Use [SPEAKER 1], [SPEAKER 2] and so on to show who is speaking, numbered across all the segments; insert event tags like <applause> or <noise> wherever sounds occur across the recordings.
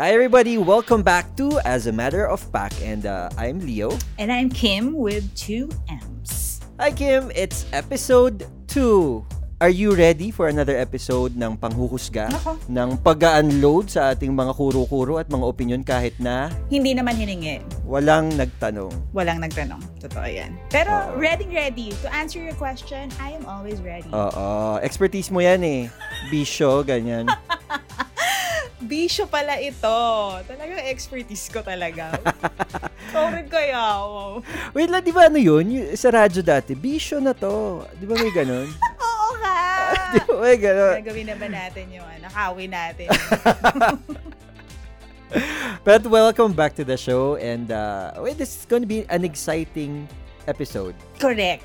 [SPEAKER 1] Hi, everybody. Welcome back to As a Matter of Fact. And uh, I'm Leo.
[SPEAKER 2] And I'm Kim with two M's.
[SPEAKER 1] Hi, Kim. It's episode 2. Are you ready for another episode ng panghuhusga?
[SPEAKER 2] Nako.
[SPEAKER 1] Ng pag-unload sa ating mga kuro-kuro at mga opinion kahit na
[SPEAKER 2] Hindi naman hiningi.
[SPEAKER 1] walang nagtanong.
[SPEAKER 2] Walang nagtanong. Totoo yan. Pero
[SPEAKER 1] Oo.
[SPEAKER 2] ready, ready. To answer your question, I am always ready.
[SPEAKER 1] Ah. Oo. Expertise mo yan eh. Bisyo, <laughs> ganyan.
[SPEAKER 2] Bisyo pala ito. Talagang expertise ko
[SPEAKER 1] <laughs>
[SPEAKER 2] talaga. Sorry kaya. Wow.
[SPEAKER 1] Wait lang, di ba ano yun? Y- sa radyo dati, bisyo na to. Di ba may ganun?
[SPEAKER 2] <laughs>
[SPEAKER 1] <laughs>
[SPEAKER 2] Oo ka.
[SPEAKER 1] di ba may ganun?
[SPEAKER 2] Nagawin na ba natin yung ano? Nakawin
[SPEAKER 1] <laughs>
[SPEAKER 2] natin.
[SPEAKER 1] But welcome back to the show and uh, wait, this is going to be an exciting episode.
[SPEAKER 2] Correct.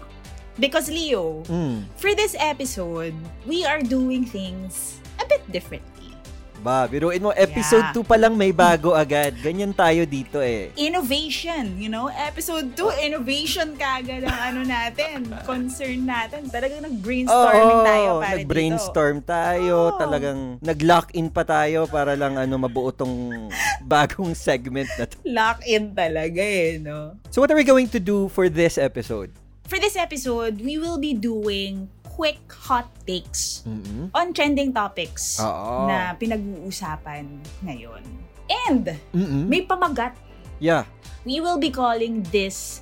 [SPEAKER 2] Because Leo,
[SPEAKER 1] Mm.
[SPEAKER 2] for this episode, we are doing things a bit differently.
[SPEAKER 1] Ba, biruin mo, episode
[SPEAKER 2] Yeah.
[SPEAKER 1] 2 pa lang may bago agad. Ganyan tayo dito eh.
[SPEAKER 2] innovation, you know? Episode 2, innovation kagad ang ano natin, concern natin. Talagang nag-brainstorming tayo
[SPEAKER 1] Oo,
[SPEAKER 2] para
[SPEAKER 1] nag-brainstorm tayo.
[SPEAKER 2] Oo.
[SPEAKER 1] Talagang nag-lock in pa tayo para lang ano mabuo
[SPEAKER 2] <laughs>
[SPEAKER 1] tong bagong segment na to.
[SPEAKER 2] dito. Lock-in talaga eh, no?
[SPEAKER 1] So what are we going to do for this episode?
[SPEAKER 2] For this episode, we will be doing quick hot takes
[SPEAKER 1] Mm-mm.
[SPEAKER 2] on trending topics
[SPEAKER 1] Oo.
[SPEAKER 2] na pinag-uusapan ngayon. And
[SPEAKER 1] Mm-mm.
[SPEAKER 2] may pamagat.
[SPEAKER 1] Yeah.
[SPEAKER 2] We will be calling this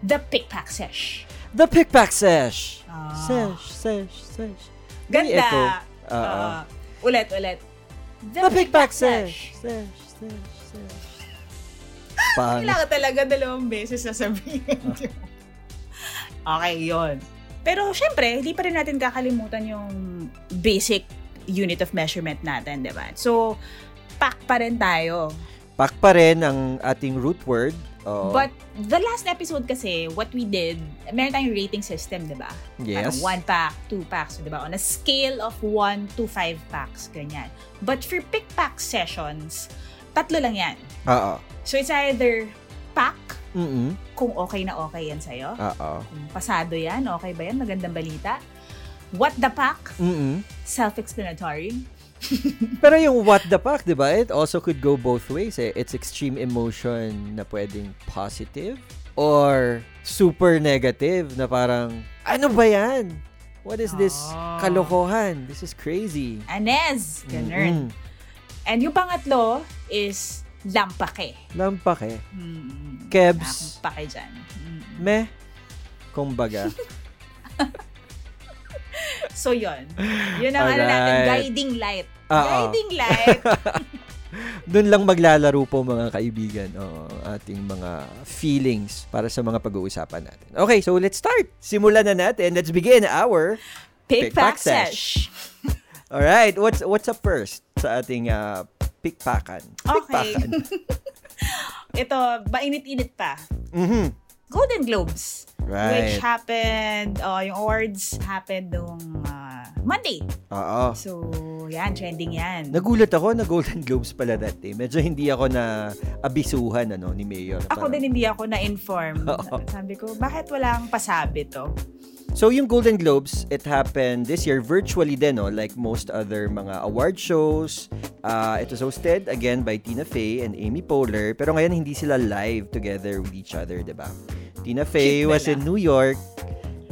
[SPEAKER 2] the pick-pack sesh.
[SPEAKER 1] The pickpack sesh.
[SPEAKER 2] Ah.
[SPEAKER 1] Sesh, sesh, sesh. May
[SPEAKER 2] Ganda!
[SPEAKER 1] echo. Oo.
[SPEAKER 2] Ah, ulit, ulit.
[SPEAKER 1] The pickpack sesh.
[SPEAKER 2] sesh.
[SPEAKER 1] Sesh, sesh,
[SPEAKER 2] <laughs>
[SPEAKER 1] sesh. Pang.
[SPEAKER 2] Kailangan talaga dalawang beses sasabihin yun. <laughs> okay, yun. Pero syempre, hindi pa rin natin kakalimutan yung basic unit of measurement natin, di ba? So, pack pa rin tayo.
[SPEAKER 1] Pak pa rin ang ating root word. Oh. Oo.
[SPEAKER 2] But the last episode kasi, what we did, meron tayong rating system, di ba?
[SPEAKER 1] yes.
[SPEAKER 2] Parang one pack, two packs, di ba? On a scale of one to five packs, ganyan. But for pick pack sessions, tatlo lang yan.
[SPEAKER 1] Oo.
[SPEAKER 2] So it's either pack,
[SPEAKER 1] Ah, Mm-mm. Ah,
[SPEAKER 2] kung okay na okay yan sa'yo,
[SPEAKER 1] Oo.
[SPEAKER 2] Kung pasado yan, okay ba yan? Magandang balita. What the pack?
[SPEAKER 1] Mm-mm.
[SPEAKER 2] Self-explanatory.
[SPEAKER 1] Pero yung what the fuck, di ba? It also could go both ways. Eh. It's extreme emotion na pwedeng positive or super negative na parang, ano ba yan? What is this
[SPEAKER 2] Ah.
[SPEAKER 1] kalokohan? This is crazy. Mm.
[SPEAKER 2] Anez! Ganun.
[SPEAKER 1] Mm-mm.
[SPEAKER 2] And yung pangatlo is lampake.
[SPEAKER 1] Lampak eh.
[SPEAKER 2] Mm.
[SPEAKER 1] Kebs.
[SPEAKER 2] Lampake dyan. Mm.
[SPEAKER 1] Meh. Kumbaga.
[SPEAKER 2] So, yun. Yun ang ano natin,
[SPEAKER 1] Alright.
[SPEAKER 2] guiding light.
[SPEAKER 1] Oo.
[SPEAKER 2] Guiding light.
[SPEAKER 1] Doon lang maglalaro po mga kaibigan o ating mga feelings para sa mga pag-uusapan natin. Okay, so let's start. Simulan na natin. Let's begin our
[SPEAKER 2] Pick,
[SPEAKER 1] <laughs> Pick pack
[SPEAKER 2] pack, sesh.
[SPEAKER 1] All right, what's what's up first sa ating uh, pikpakan?
[SPEAKER 2] Okay.
[SPEAKER 1] Pikpakan.
[SPEAKER 2] <laughs> Ito, mainit-init pa.
[SPEAKER 1] Mhm.
[SPEAKER 2] Golden Globes.
[SPEAKER 1] Right.
[SPEAKER 2] Which happened, oh, yung awards happened nung ah, Monday.
[SPEAKER 1] Oo.
[SPEAKER 2] So, yan, trending yan.
[SPEAKER 1] Nagulat ako na Golden Globes pala dati. Medyo hindi ako na abisuhan ano ni Mayor.
[SPEAKER 2] ako
[SPEAKER 1] Parang-
[SPEAKER 2] din hindi ako na-inform.
[SPEAKER 1] Oo.
[SPEAKER 2] Sabi ko, bakit walang pasabi to?
[SPEAKER 1] So yung Golden Globes, it happened this year virtually din, no? like most other mga award shows. Uh, it was hosted again by Tina Fey and Amy Poehler, pero ngayon hindi sila live together with each other, 'di ba? Tina Fey
[SPEAKER 2] Cute
[SPEAKER 1] was
[SPEAKER 2] nila.
[SPEAKER 1] in New York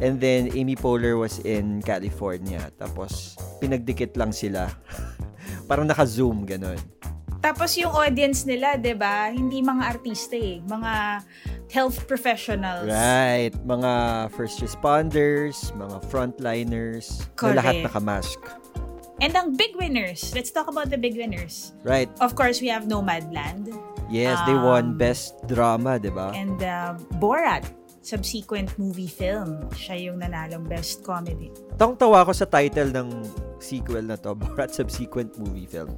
[SPEAKER 1] and then Amy Poehler was in California. Tapos pinagdikit lang sila. <laughs> Parang naka-zoom ganun.
[SPEAKER 2] Tapos yung audience nila, 'di ba? Hindi mga artista eh, mga health professionals.
[SPEAKER 1] Right, mga first responders, mga frontliners, na lahat
[SPEAKER 2] Correct.
[SPEAKER 1] naka-mask.
[SPEAKER 2] And ang big winners. Let's talk about the big winners.
[SPEAKER 1] Right.
[SPEAKER 2] Of course, we have Nomadland
[SPEAKER 1] Yes, they won
[SPEAKER 2] Um,
[SPEAKER 1] best drama, 'di ba?
[SPEAKER 2] and uh, Borat subsequent movie film. Siya yung nanalong best comedy.
[SPEAKER 1] Tawang-tawa ako sa title ng sequel na to, <laughs> Borat Subsequent Movie Film.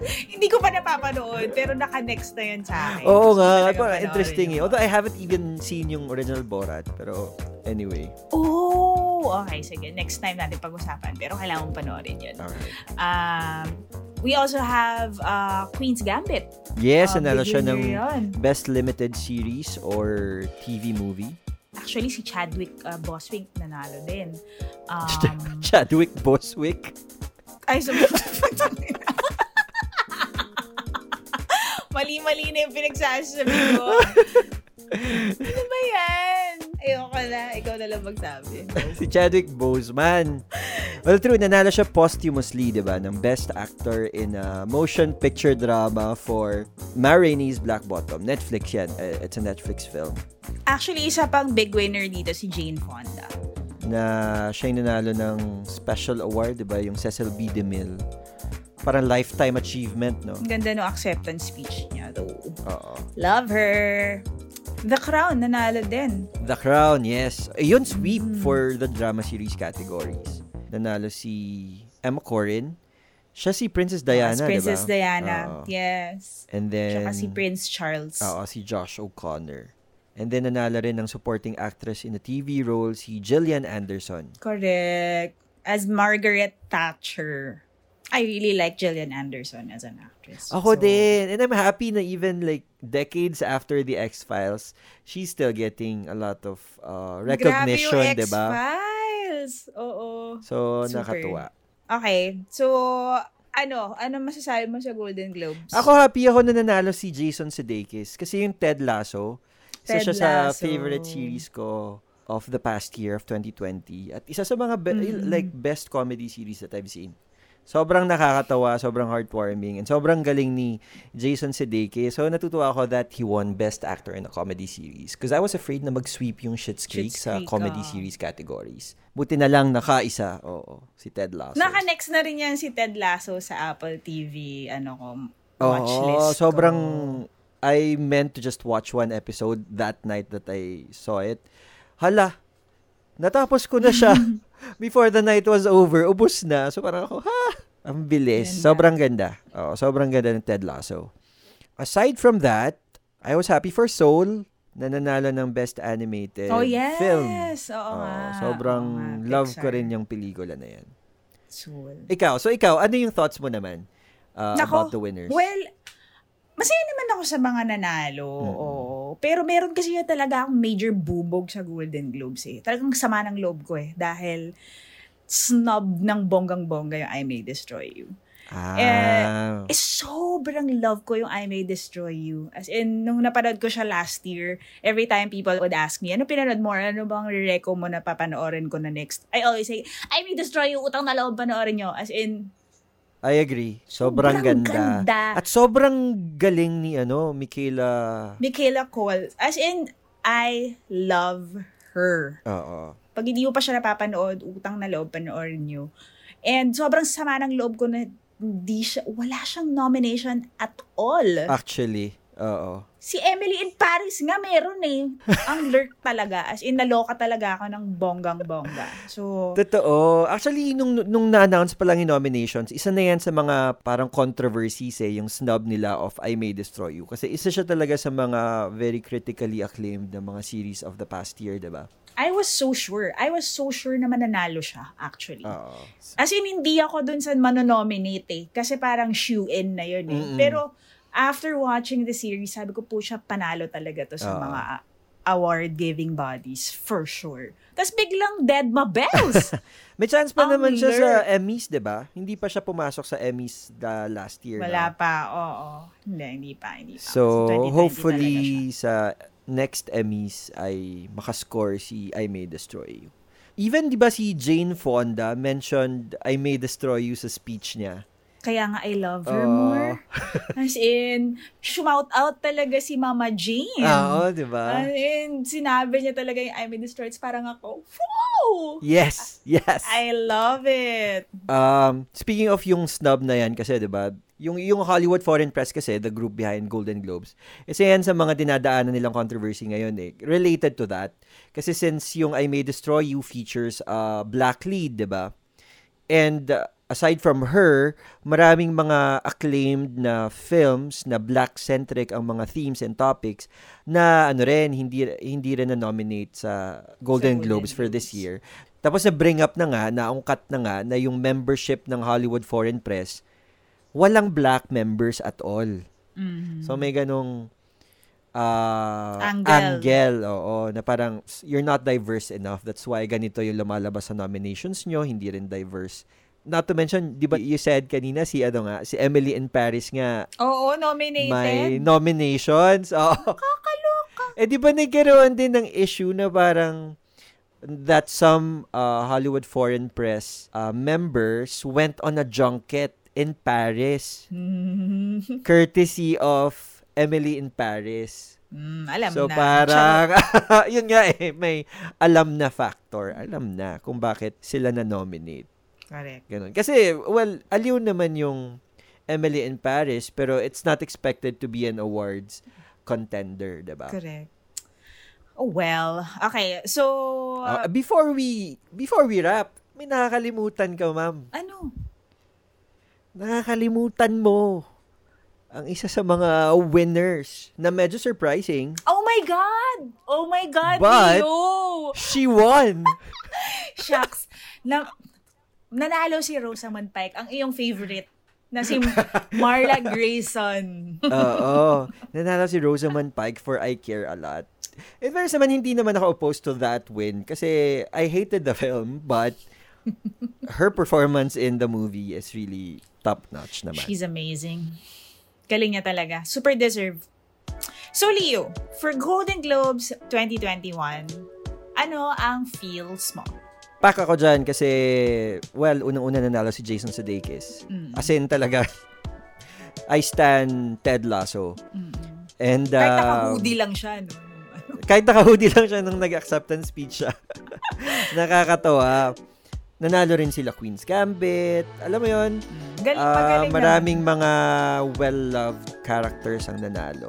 [SPEAKER 2] Hindi ko pa napapanood, pero naka-next na yan sa akin.
[SPEAKER 1] Oo
[SPEAKER 2] Gusto ko
[SPEAKER 1] nga,
[SPEAKER 2] talagang
[SPEAKER 1] parang
[SPEAKER 2] panoorin
[SPEAKER 1] interesting eh.
[SPEAKER 2] yun.
[SPEAKER 1] Although I haven't even seen yung original Borat, pero anyway.
[SPEAKER 2] Oh, okay. Sige, next time natin pag-usapan. Pero kailangan mong panoorin yun.
[SPEAKER 1] Alright.
[SPEAKER 2] Um, we also have uh, Queen's Gambit.
[SPEAKER 1] Yes,
[SPEAKER 2] Um,
[SPEAKER 1] nanalo siya
[SPEAKER 2] big
[SPEAKER 1] ng
[SPEAKER 2] winner yun.
[SPEAKER 1] Best Limited Series or TV Movie.
[SPEAKER 2] Actually, si
[SPEAKER 1] <laughs>
[SPEAKER 2] Chadwick uh, Boswick nanalo din. Um,
[SPEAKER 1] Chadwick Boswick.
[SPEAKER 2] Ay, sumisigaw. <laughs> Mali-mali na yung pinagsasabi ko. ano ba yan? Ayoko na. Ikaw na lang magsabi.
[SPEAKER 1] si Chadwick Boseman. Well, true, nanalo siya posthumously, di ba, ng Best Actor in a Motion Picture Drama for Ma Rainey's Black Bottom. Netflix yan. Uh, It's a Netflix film
[SPEAKER 2] Actually, isa pang big winner dito si Jane Fonda.
[SPEAKER 1] na siya yung nanalo ng special award, di ba, yung Cecil B. DeMille. Parang lifetime achievement, no?
[SPEAKER 2] Ang ganda no acceptance speech niya though.
[SPEAKER 1] Oo.
[SPEAKER 2] Love her. The Crown, nanalo din.
[SPEAKER 1] The Crown, yes. Ayun, sweep for the drama series categories. Nanalo si Emma Corrin. Siya si Princess Diana,
[SPEAKER 2] As
[SPEAKER 1] di ba?
[SPEAKER 2] Princess Diana.
[SPEAKER 1] Oo.
[SPEAKER 2] Yes.
[SPEAKER 1] And then...
[SPEAKER 2] Tsaka si Prince Charles.
[SPEAKER 1] Oo, si Josh O'Connor. And then nanalo rin ng supporting actress in a TV role si Gillian Anderson.
[SPEAKER 2] Correct. As Margaret Thatcher. I really like Gillian Anderson as an actress.
[SPEAKER 1] Ako
[SPEAKER 2] So,
[SPEAKER 1] din. And I'm happy na even like decades after the X-Files, she's still getting a lot of uh, recognition,
[SPEAKER 2] Grabe
[SPEAKER 1] di
[SPEAKER 2] yung
[SPEAKER 1] ba?
[SPEAKER 2] X-Files. Oo.
[SPEAKER 1] So,
[SPEAKER 2] Super.
[SPEAKER 1] nakatuwa.
[SPEAKER 2] Okay. So, ano? Ano masasabi mo sa Golden Globes?
[SPEAKER 1] Ako happy ako na nanalo si Jason Sudeikis kasi yung Ted Lasso, isa
[SPEAKER 2] Ted
[SPEAKER 1] siya sa
[SPEAKER 2] Lasso.
[SPEAKER 1] favorite series ko of the past year of 2020 at isa sa mga be- like best comedy series that I've seen. Sobrang nakakatawa, sobrang heartwarming, and sobrang galing ni Jason Sudeikis. So natutuwa ako that he won Best Actor in a Comedy Series because I was afraid na mag-sweep yung Schitt's Creek
[SPEAKER 2] Schitt's
[SPEAKER 1] sa
[SPEAKER 2] Creek,
[SPEAKER 1] comedy
[SPEAKER 2] ah.
[SPEAKER 1] series categories. Buti na lang nakaisa, oo, si Ted Lasso.
[SPEAKER 2] Naka-next na rin yan si Ted Lasso sa Apple TV, ano ko,
[SPEAKER 1] Oo,
[SPEAKER 2] watchlist ko.
[SPEAKER 1] sobrang I meant to just watch one episode that night that I saw it. Hala, natapos ko na
[SPEAKER 2] <laughs>
[SPEAKER 1] siya <laughs> before the night was over. Ubus na. So parang ako, ha? Ang bilis.
[SPEAKER 2] Ganda.
[SPEAKER 1] Sobrang ganda. Oo, sobrang ganda ng Ted Lasso. Aside from that, I was happy for Soul na nanalo ng Best Animated
[SPEAKER 2] Oh, yes.
[SPEAKER 1] Film.
[SPEAKER 2] Oo
[SPEAKER 1] Oo,
[SPEAKER 2] nga.
[SPEAKER 1] sobrang
[SPEAKER 2] Oo nga,
[SPEAKER 1] love
[SPEAKER 2] Pixar.
[SPEAKER 1] ko rin yung pelikula na yan.
[SPEAKER 2] Soul.
[SPEAKER 1] Ikaw, so ikaw, ano yung thoughts mo naman uh,
[SPEAKER 2] Nako,
[SPEAKER 1] about the winners?
[SPEAKER 2] Well, masaya naman ako sa mga nanalo. Oo. Pero meron kasi yun talaga akong major bubog sa Golden Globes eh. Talagang sama ng loob ko eh. Dahil snob ng bonggang-bongga yung I May Destroy You.
[SPEAKER 1] ah.
[SPEAKER 2] Eh, sobrang love ko yung I May Destroy You. As in, nung napanood ko siya last year, every time people would ask me, ano pinanood mo? Ano bang re-reco mo na papanoorin ko na next? I always say, I May Destroy You, utang na loob panoorin nyo. As in,
[SPEAKER 1] I agree. Sobrang, ganda.
[SPEAKER 2] ganda.
[SPEAKER 1] At sobrang galing ni ano, Michaela.
[SPEAKER 2] Michaela Cole. As in, I love her.
[SPEAKER 1] Oo.
[SPEAKER 2] Pag hindi mo pa siya napapanood, utang na loob, panoorin nyo. And sobrang sama ng loob ko na hindi siya, wala siyang nomination at all.
[SPEAKER 1] Actually, oo.
[SPEAKER 2] Si Emily in Paris nga meron eh. Ang lurk talaga. As in, naloka talaga ako ng bonggang-bongga. So,
[SPEAKER 1] Totoo. Actually, nung, nung na-announce pa lang yung nominations, isa na yan sa mga parang controversies eh, yung snub nila of I May Destroy You. Kasi isa siya talaga sa mga very critically acclaimed na mga series of the past year, di ba?
[SPEAKER 2] I was so sure. I was so sure na mananalo siya, actually.
[SPEAKER 1] Oo.
[SPEAKER 2] As in, hindi ako dun sa manonominate eh. Kasi parang shoe-in na yun eh.
[SPEAKER 1] Mm-mm.
[SPEAKER 2] Pero, after watching the series, sabi ko po siya, panalo talaga to sa
[SPEAKER 1] Oo.
[SPEAKER 2] mga award-giving bodies, for sure. Tapos biglang dead ma
[SPEAKER 1] <laughs>
[SPEAKER 2] bells.
[SPEAKER 1] May chance pa
[SPEAKER 2] Ang
[SPEAKER 1] naman siya
[SPEAKER 2] lurk.
[SPEAKER 1] sa Emmys, di ba? Hindi pa siya pumasok sa Emmys the last year. no?
[SPEAKER 2] Wala pa, oo. Hindi, hindi pa, hindi pa.
[SPEAKER 1] So,
[SPEAKER 2] 2020 talaga siya.
[SPEAKER 1] hopefully sa next Emmys ay makascore si I May Destroy You. Even 'di ba si Jane Fonda mentioned I May Destroy You sa speech niya.
[SPEAKER 2] Kaya nga, I love her
[SPEAKER 1] Oo.
[SPEAKER 2] more. As in, shout out talaga si Mama Jane.
[SPEAKER 1] Ah, Oo, 'di ba?
[SPEAKER 2] As in, sinabi niya talaga yung I'm in destroyed. Parang ako, wow!
[SPEAKER 1] Yes, yes.
[SPEAKER 2] I love it.
[SPEAKER 1] Um, speaking of yung snub na yan kasi 'di ba? Yung yung Hollywood Foreign Press kasi, the group behind Golden Globes. Isa yan sa mga dinadaanan nilang controversy ngayon eh. Related to that. Kasi since yung I May Destroy You features uh, black lead, 'di ba? And uh, aside from her, maraming mga acclaimed na films na black-centric ang mga themes and topics na ano rin, hindi, hindi rin na-nominate sa Golden
[SPEAKER 2] Golden
[SPEAKER 1] Globes for this
[SPEAKER 2] Globes.
[SPEAKER 1] year. Tapos na-bring up na nga, naungkat na nga na yung membership ng Hollywood Foreign Press, walang black members at all. So may ganong ah,
[SPEAKER 2] Angle.
[SPEAKER 1] angle, oo, na parang you're not diverse enough. That's why ganito yung lumalabas sa nominations nyo, hindi rin diverse not to mention, di ba you said kanina si ano nga, si Emily in Paris nga
[SPEAKER 2] Oo,
[SPEAKER 1] may
[SPEAKER 2] <laughs> nominated.
[SPEAKER 1] nominations. Oo.
[SPEAKER 2] Kakaloka.
[SPEAKER 1] Eh di ba nagkaroon din ng issue na parang that some uh, Hollywood Foreign Press uh, members went on a junket in Paris
[SPEAKER 2] Mm,
[SPEAKER 1] courtesy of Emily in Paris.
[SPEAKER 2] mm, alam
[SPEAKER 1] so
[SPEAKER 2] na. Charot.
[SPEAKER 1] parang <laughs> yun nga eh may alam na factor, alam na kung bakit sila na nominate.
[SPEAKER 2] Correct.
[SPEAKER 1] Ganun. Kasi, well, aliw naman yung Emily in Paris, pero it's not expected to be an awards contender, diba?
[SPEAKER 2] Correct. Oh, well. Okay, so...
[SPEAKER 1] Uh, before we, before we wrap, may nakakalimutan ka, ma'am.
[SPEAKER 2] ano?
[SPEAKER 1] Nakakalimutan mo ang isa sa mga winners na medyo surprising.
[SPEAKER 2] Oh my God! Oh my God,
[SPEAKER 1] But-
[SPEAKER 2] Leo!
[SPEAKER 1] She won!
[SPEAKER 2] Shucks. Na, nanalo si Rosamund Pike, ang iyong favorite,
[SPEAKER 1] <laughs>
[SPEAKER 2] na si Marla Grayson.
[SPEAKER 1] Oo. Nanalo si Rosamund Pike for I Care a Lot. In fairness naman, hindi naman ako opposed to that win kasi I hated the film but her performance in the movie is really top-notch naman.
[SPEAKER 2] She's amazing. Galing niya talaga. Super deserve. So, Leo, for Golden Globes 2021, ano ang feels mo?
[SPEAKER 1] Pak ako dyan kasi, well, unang-una nanalo si Jason Sudeikis.
[SPEAKER 2] Mm.
[SPEAKER 1] As in talaga, I stand Ted Lasso.
[SPEAKER 2] Mm.
[SPEAKER 1] And,
[SPEAKER 2] Kahit
[SPEAKER 1] um,
[SPEAKER 2] naka-hoodie lang siya, no?
[SPEAKER 1] kahit naka-hoodie lang siya nung nag-acceptance speech siya. <laughs> Nakakatawa. Nanalo rin sila Queen's Gambit. Alam mo yon
[SPEAKER 2] Mm. Galing,
[SPEAKER 1] Ah,
[SPEAKER 2] magaling
[SPEAKER 1] maraming mga well-loved characters ang nanalo.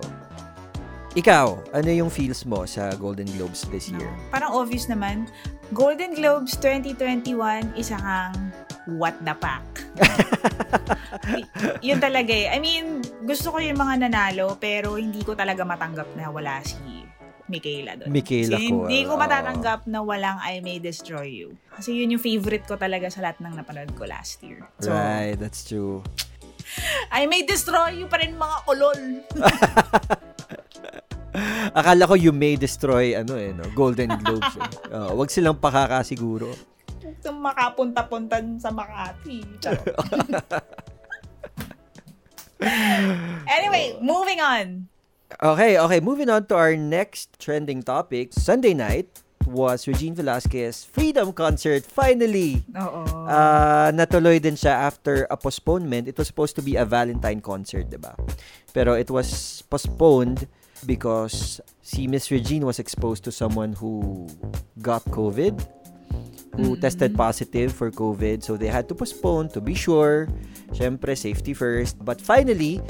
[SPEAKER 1] Ikaw, ano yung feels mo sa Golden Globes this
[SPEAKER 2] naman.
[SPEAKER 1] year?
[SPEAKER 2] Parang obvious naman, Golden Globes 2021, isa kang what the
[SPEAKER 1] <laughs>
[SPEAKER 2] pack. Y- yun talaga eh. I mean, gusto ko yung mga nanalo, pero hindi ko talaga matanggap na wala si Michaela doon.
[SPEAKER 1] Michaela
[SPEAKER 2] Kasi
[SPEAKER 1] Coel,
[SPEAKER 2] Hindi ko
[SPEAKER 1] oo.
[SPEAKER 2] matatanggap na walang I May Destroy You. Kasi yun yung favorite ko talaga sa lahat ng napanood ko last year. So,
[SPEAKER 1] right, that's true.
[SPEAKER 2] I May Destroy You pa rin mga kolol.
[SPEAKER 1] Akala ko you may destroy ano eh, no?
[SPEAKER 2] <laughs>
[SPEAKER 1] Golden Globes. Eh. Oo, wag silang pakakasiguro.
[SPEAKER 2] Nung makapunta-puntan sa Makati.
[SPEAKER 1] <laughs>
[SPEAKER 2] Charot. anyway, moving on.
[SPEAKER 1] Okay, okay. Moving on to our next trending topic. Sunday night was Regine Velasquez Freedom Concert finally.
[SPEAKER 2] Oo.
[SPEAKER 1] Ah, natuloy din siya after a postponement. It was supposed to be a Valentine concert, 'di ba? Pero it was postponed because si Miss Regine was exposed to someone who got COVID, who
[SPEAKER 2] Mm-hmm.
[SPEAKER 1] tested positive for COVID. So they had to postpone to be sure. Siyempre, safety first. But finally,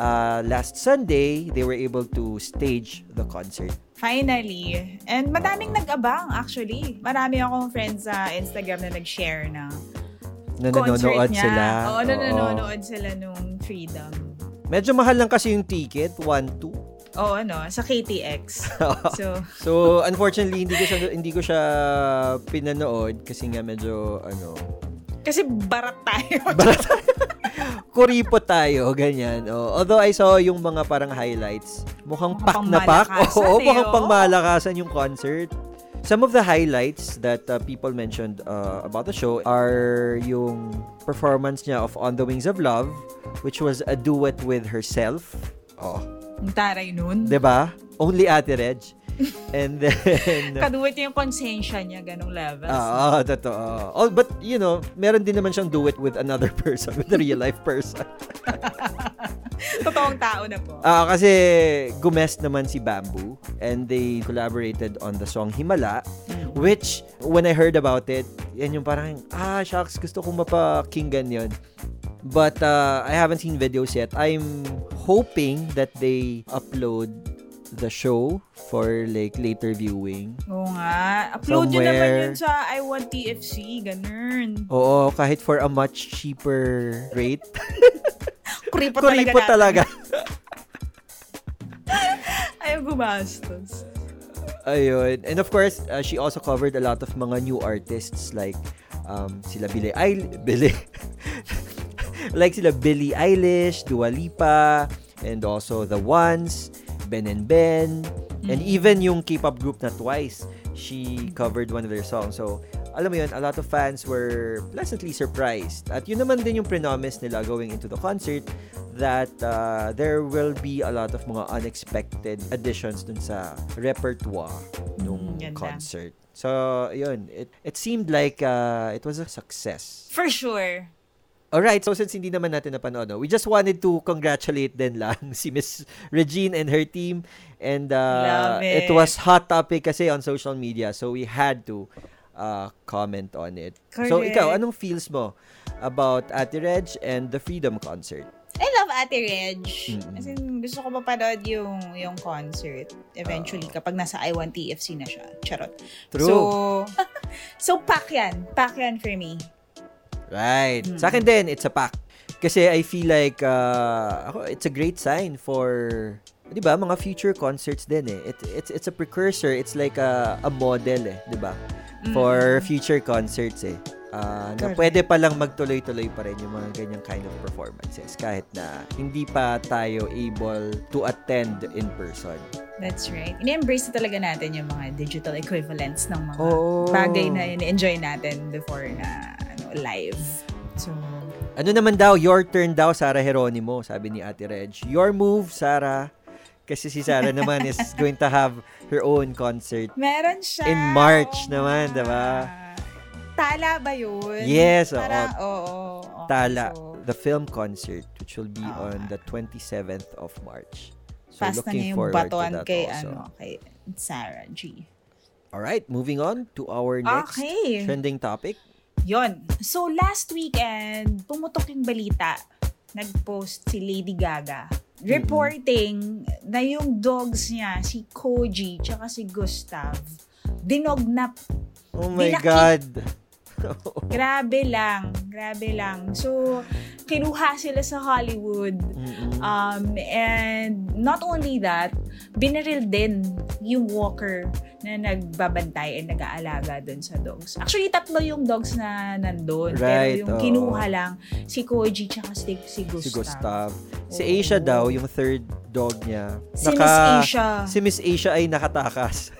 [SPEAKER 1] uh, last Sunday, they were able to stage the concert.
[SPEAKER 2] Finally. And madaming nag-abang actually. Marami akong friends sa Instagram na nag-share na
[SPEAKER 1] Na
[SPEAKER 2] concert
[SPEAKER 1] nanonood
[SPEAKER 2] niya.
[SPEAKER 1] sila.
[SPEAKER 2] Oo, na
[SPEAKER 1] Oo.
[SPEAKER 2] nanonood sila nung Freedom.
[SPEAKER 1] Medyo mahal lang kasi yung ticket. 1, 2.
[SPEAKER 2] Oo, ano, sa KTX.
[SPEAKER 1] <laughs>
[SPEAKER 2] so,
[SPEAKER 1] So, unfortunately, hindi ko siya, hindi ko siya pinanood kasi nga medyo, ano, <laughs>
[SPEAKER 2] kasi barat tayo.
[SPEAKER 1] kuripo tayo, ganyan. Oh, although I saw yung mga parang highlights, mukhang
[SPEAKER 2] Mukhang
[SPEAKER 1] pak na pak.
[SPEAKER 2] pangmalakasan
[SPEAKER 1] <laughs> Oo,
[SPEAKER 2] eh,
[SPEAKER 1] mukhang
[SPEAKER 2] oh.
[SPEAKER 1] pangmalakasan yung concert. Some of the highlights that uh, people mentioned uh, about the show are yung performance niya of On the Wings of Love, which was a duet with herself. Oh,
[SPEAKER 2] Ang taray nun.
[SPEAKER 1] 'di ba? Only Ate Reg. And
[SPEAKER 2] <laughs>
[SPEAKER 1] then
[SPEAKER 2] Kaduwit niya yung konsensya niya, ganong levels.
[SPEAKER 1] Ah, ah, totoo. Oh, but, you know, meron din naman siyang do it with another <laughs> person, with a real-life person. <laughs>
[SPEAKER 2] Totoong tao na po.
[SPEAKER 1] Ah, kasi gumest naman si Bamboo and they collaborated on the song Himala,
[SPEAKER 2] Mm.
[SPEAKER 1] which, when I heard about it, yan yung parang, ah, shucks, gusto kong mapakinggan yon. But uh, I haven't seen videos yet. I'm hoping that they upload the show for like later viewing.
[SPEAKER 2] Oo nga. Upload nyo naman
[SPEAKER 1] Somewhere. Oh,
[SPEAKER 2] yun sa I Want TFC. Ganun.
[SPEAKER 1] Oo, kahit for a much cheaper rate.
[SPEAKER 2] Kuripo talaga
[SPEAKER 1] Kuripo
[SPEAKER 2] natin.
[SPEAKER 1] talaga.
[SPEAKER 2] <laughs> Ayaw gumastos.
[SPEAKER 1] Ayun. And of course, uh, she also covered a lot of mga new artists like um, sila Billie Eilish, Billie, <laughs> like sila Billie Eilish, Dua Lipa, and also The Ones, Ben and
[SPEAKER 2] Mm.
[SPEAKER 1] Ben, and even yung K-pop group na Twice, she covered one of their songs. So, alam mo yun, a lot of fans were pleasantly surprised. At yun naman din yung prenomise nila going into the concert that uh, there will be a lot of mga unexpected additions dun sa repertoire nung
[SPEAKER 2] Mm, ganda.
[SPEAKER 1] concert. So, yun. It, it seemed like uh, it was a success.
[SPEAKER 2] For sure.
[SPEAKER 1] Alright, so since hindi naman natin napanood, no, we just wanted to congratulate din lang <laughs> si Miss Regine and her team. And uh,
[SPEAKER 2] Love it.
[SPEAKER 1] was hot topic kasi on social media, so we had to uh, comment on it. So
[SPEAKER 2] Correct.
[SPEAKER 1] ikaw, anong feels mo about Ate Reg and the Freedom Concert?
[SPEAKER 2] I love Ate Reg.
[SPEAKER 1] Mm.
[SPEAKER 2] As in, gusto ko mapanood yung, yung concert eventually kapag nasa I1 TFC na siya. Charot.
[SPEAKER 1] Ah. True.
[SPEAKER 2] So, <laughs> so pack yan. Pack yan for me.
[SPEAKER 1] Right.
[SPEAKER 2] Mm.
[SPEAKER 1] Sa akin din, it's a pack. Kasi I feel like, uh, ako, it's a great sign for, di ba, mga future concerts din eh. It, it's, it's a precursor. It's like a, a model eh, di ba? For future concerts eh. Ah, na
[SPEAKER 2] Correct.
[SPEAKER 1] pwede palang magtuloy-tuloy pa rin yung mga ganyang kind of performances kahit na hindi pa tayo able to attend in person.
[SPEAKER 2] That's right. In-embrace na talaga natin yung mga digital equivalents ng mga
[SPEAKER 1] Oo.
[SPEAKER 2] bagay na in-enjoy natin before na ano, live. So,
[SPEAKER 1] Ano naman daw, your turn daw, Sara Heronimo, sabi ni Ate Reg. Your move, Sara. Kasi si Sara naman
[SPEAKER 2] <laughs>
[SPEAKER 1] is going to have her own concert.
[SPEAKER 2] meron siya.
[SPEAKER 1] In March
[SPEAKER 2] Oo
[SPEAKER 1] naman,
[SPEAKER 2] nga.
[SPEAKER 1] diba?
[SPEAKER 2] Tala ba yun?
[SPEAKER 1] Yes, oo.
[SPEAKER 2] Parang, oo. oo.
[SPEAKER 1] Tala,
[SPEAKER 2] So,
[SPEAKER 1] the film concert, which will be
[SPEAKER 2] Ah.
[SPEAKER 1] on the 27th of March. So
[SPEAKER 2] fast na
[SPEAKER 1] looking
[SPEAKER 2] niya yung
[SPEAKER 1] forward to
[SPEAKER 2] batuan
[SPEAKER 1] that
[SPEAKER 2] kay,
[SPEAKER 1] also.
[SPEAKER 2] ano, kay Sarah G.
[SPEAKER 1] Alright, moving on to our next
[SPEAKER 2] Okay.
[SPEAKER 1] trending topic.
[SPEAKER 2] Yon. So, last weekend, pumutok yung balita. Nag-post si Lady Gaga reporting na yung dogs niya, si Koji, tsaka si Gustav, dinognap.
[SPEAKER 1] Oh my
[SPEAKER 2] Dinaki-
[SPEAKER 1] God. Oh.
[SPEAKER 2] Grabe lang. Grabe lang. So, kinuha sila sa Hollywood.
[SPEAKER 1] Mm-mm.
[SPEAKER 2] Um, and not only that, binaril din yung walker na nagbabantay and nag-aalaga dun sa dogs. Actually, tatlo yung dogs na nandun.
[SPEAKER 1] Right,
[SPEAKER 2] pero yung
[SPEAKER 1] oo.
[SPEAKER 2] kinuha lang, si Koji tsaka si, si Gustav.
[SPEAKER 1] si Gustav. Si
[SPEAKER 2] Oo.
[SPEAKER 1] Asia daw, yung third dog niya.
[SPEAKER 2] Si Miss Asia.
[SPEAKER 1] Si Miss Asia ay nakatakas.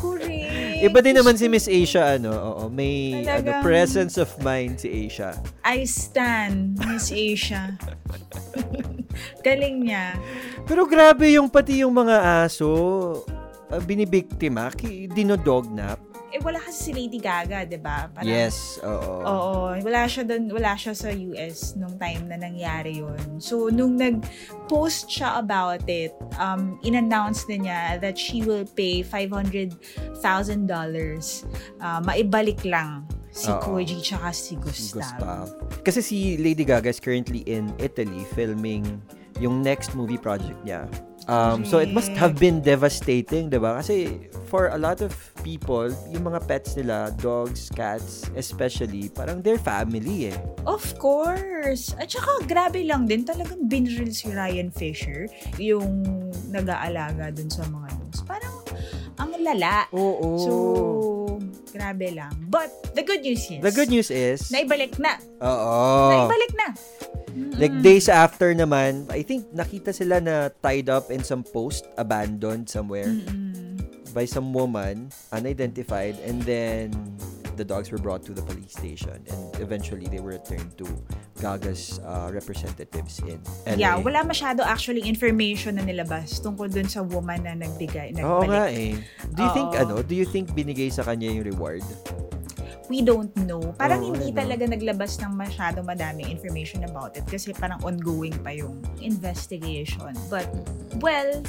[SPEAKER 2] Correct.
[SPEAKER 1] Iba din naman si Miss Asia, ano, oo, may ano,
[SPEAKER 2] Talagang-
[SPEAKER 1] presence of mind si Asia.
[SPEAKER 2] I stand, Miss
[SPEAKER 1] <laughs>
[SPEAKER 2] Asia. Galing niya.
[SPEAKER 1] Pero grabe yung pati yung mga aso, uh, binibiktima, ki- dinodognap.
[SPEAKER 2] Eh, wala kasi si Lady Gaga, di ba? Parang-
[SPEAKER 1] yes, oo.
[SPEAKER 2] Oo, wala siya doon, wala siya sa US nung time na nangyari yun. So, nung nag-post siya about it, um, in-announce na niya that she will pay $500,000. Uh, maibalik lang si
[SPEAKER 1] Oo.
[SPEAKER 2] Koji tsaka si
[SPEAKER 1] si
[SPEAKER 2] Gustav.
[SPEAKER 1] Gustav. Kasi si Lady Gaga is currently in Italy filming yung next movie project niya. Um, so it must have been devastating, 'di ba? Kasi for a lot of people, yung mga pets nila, dogs, cats especially, parang their family eh.
[SPEAKER 2] Of course! At saka, grabe lang din, talagang binril si Ryan Fisher, yung nag-aalaga dun sa mga dogs. Parang, ang lala.
[SPEAKER 1] Oo.
[SPEAKER 2] So, grabe lang. But, the good news is,
[SPEAKER 1] The good news is,
[SPEAKER 2] Naibalik na.
[SPEAKER 1] oo.
[SPEAKER 2] Naibalik na.
[SPEAKER 1] Like days after naman, I think nakita sila na tied up in some post abandoned somewhere
[SPEAKER 2] Mm.
[SPEAKER 1] by some woman, unidentified, and then the dogs were brought to the police station and eventually they were returned to Gaga's uh, representatives in LA.
[SPEAKER 2] Yeah, wala masyado actually information na nilabas tungkol dun sa woman na nagbigay,
[SPEAKER 1] Oo
[SPEAKER 2] nagbalik.
[SPEAKER 1] nga eh. Do you think
[SPEAKER 2] Oo.
[SPEAKER 1] ano, do you think binigay sa kanya yung reward?
[SPEAKER 2] We don't know. Parang
[SPEAKER 1] Oo,
[SPEAKER 2] hindi
[SPEAKER 1] ano.
[SPEAKER 2] talaga naglabas ng masyado madaming information about it kasi parang ongoing pa yung investigation. But, well,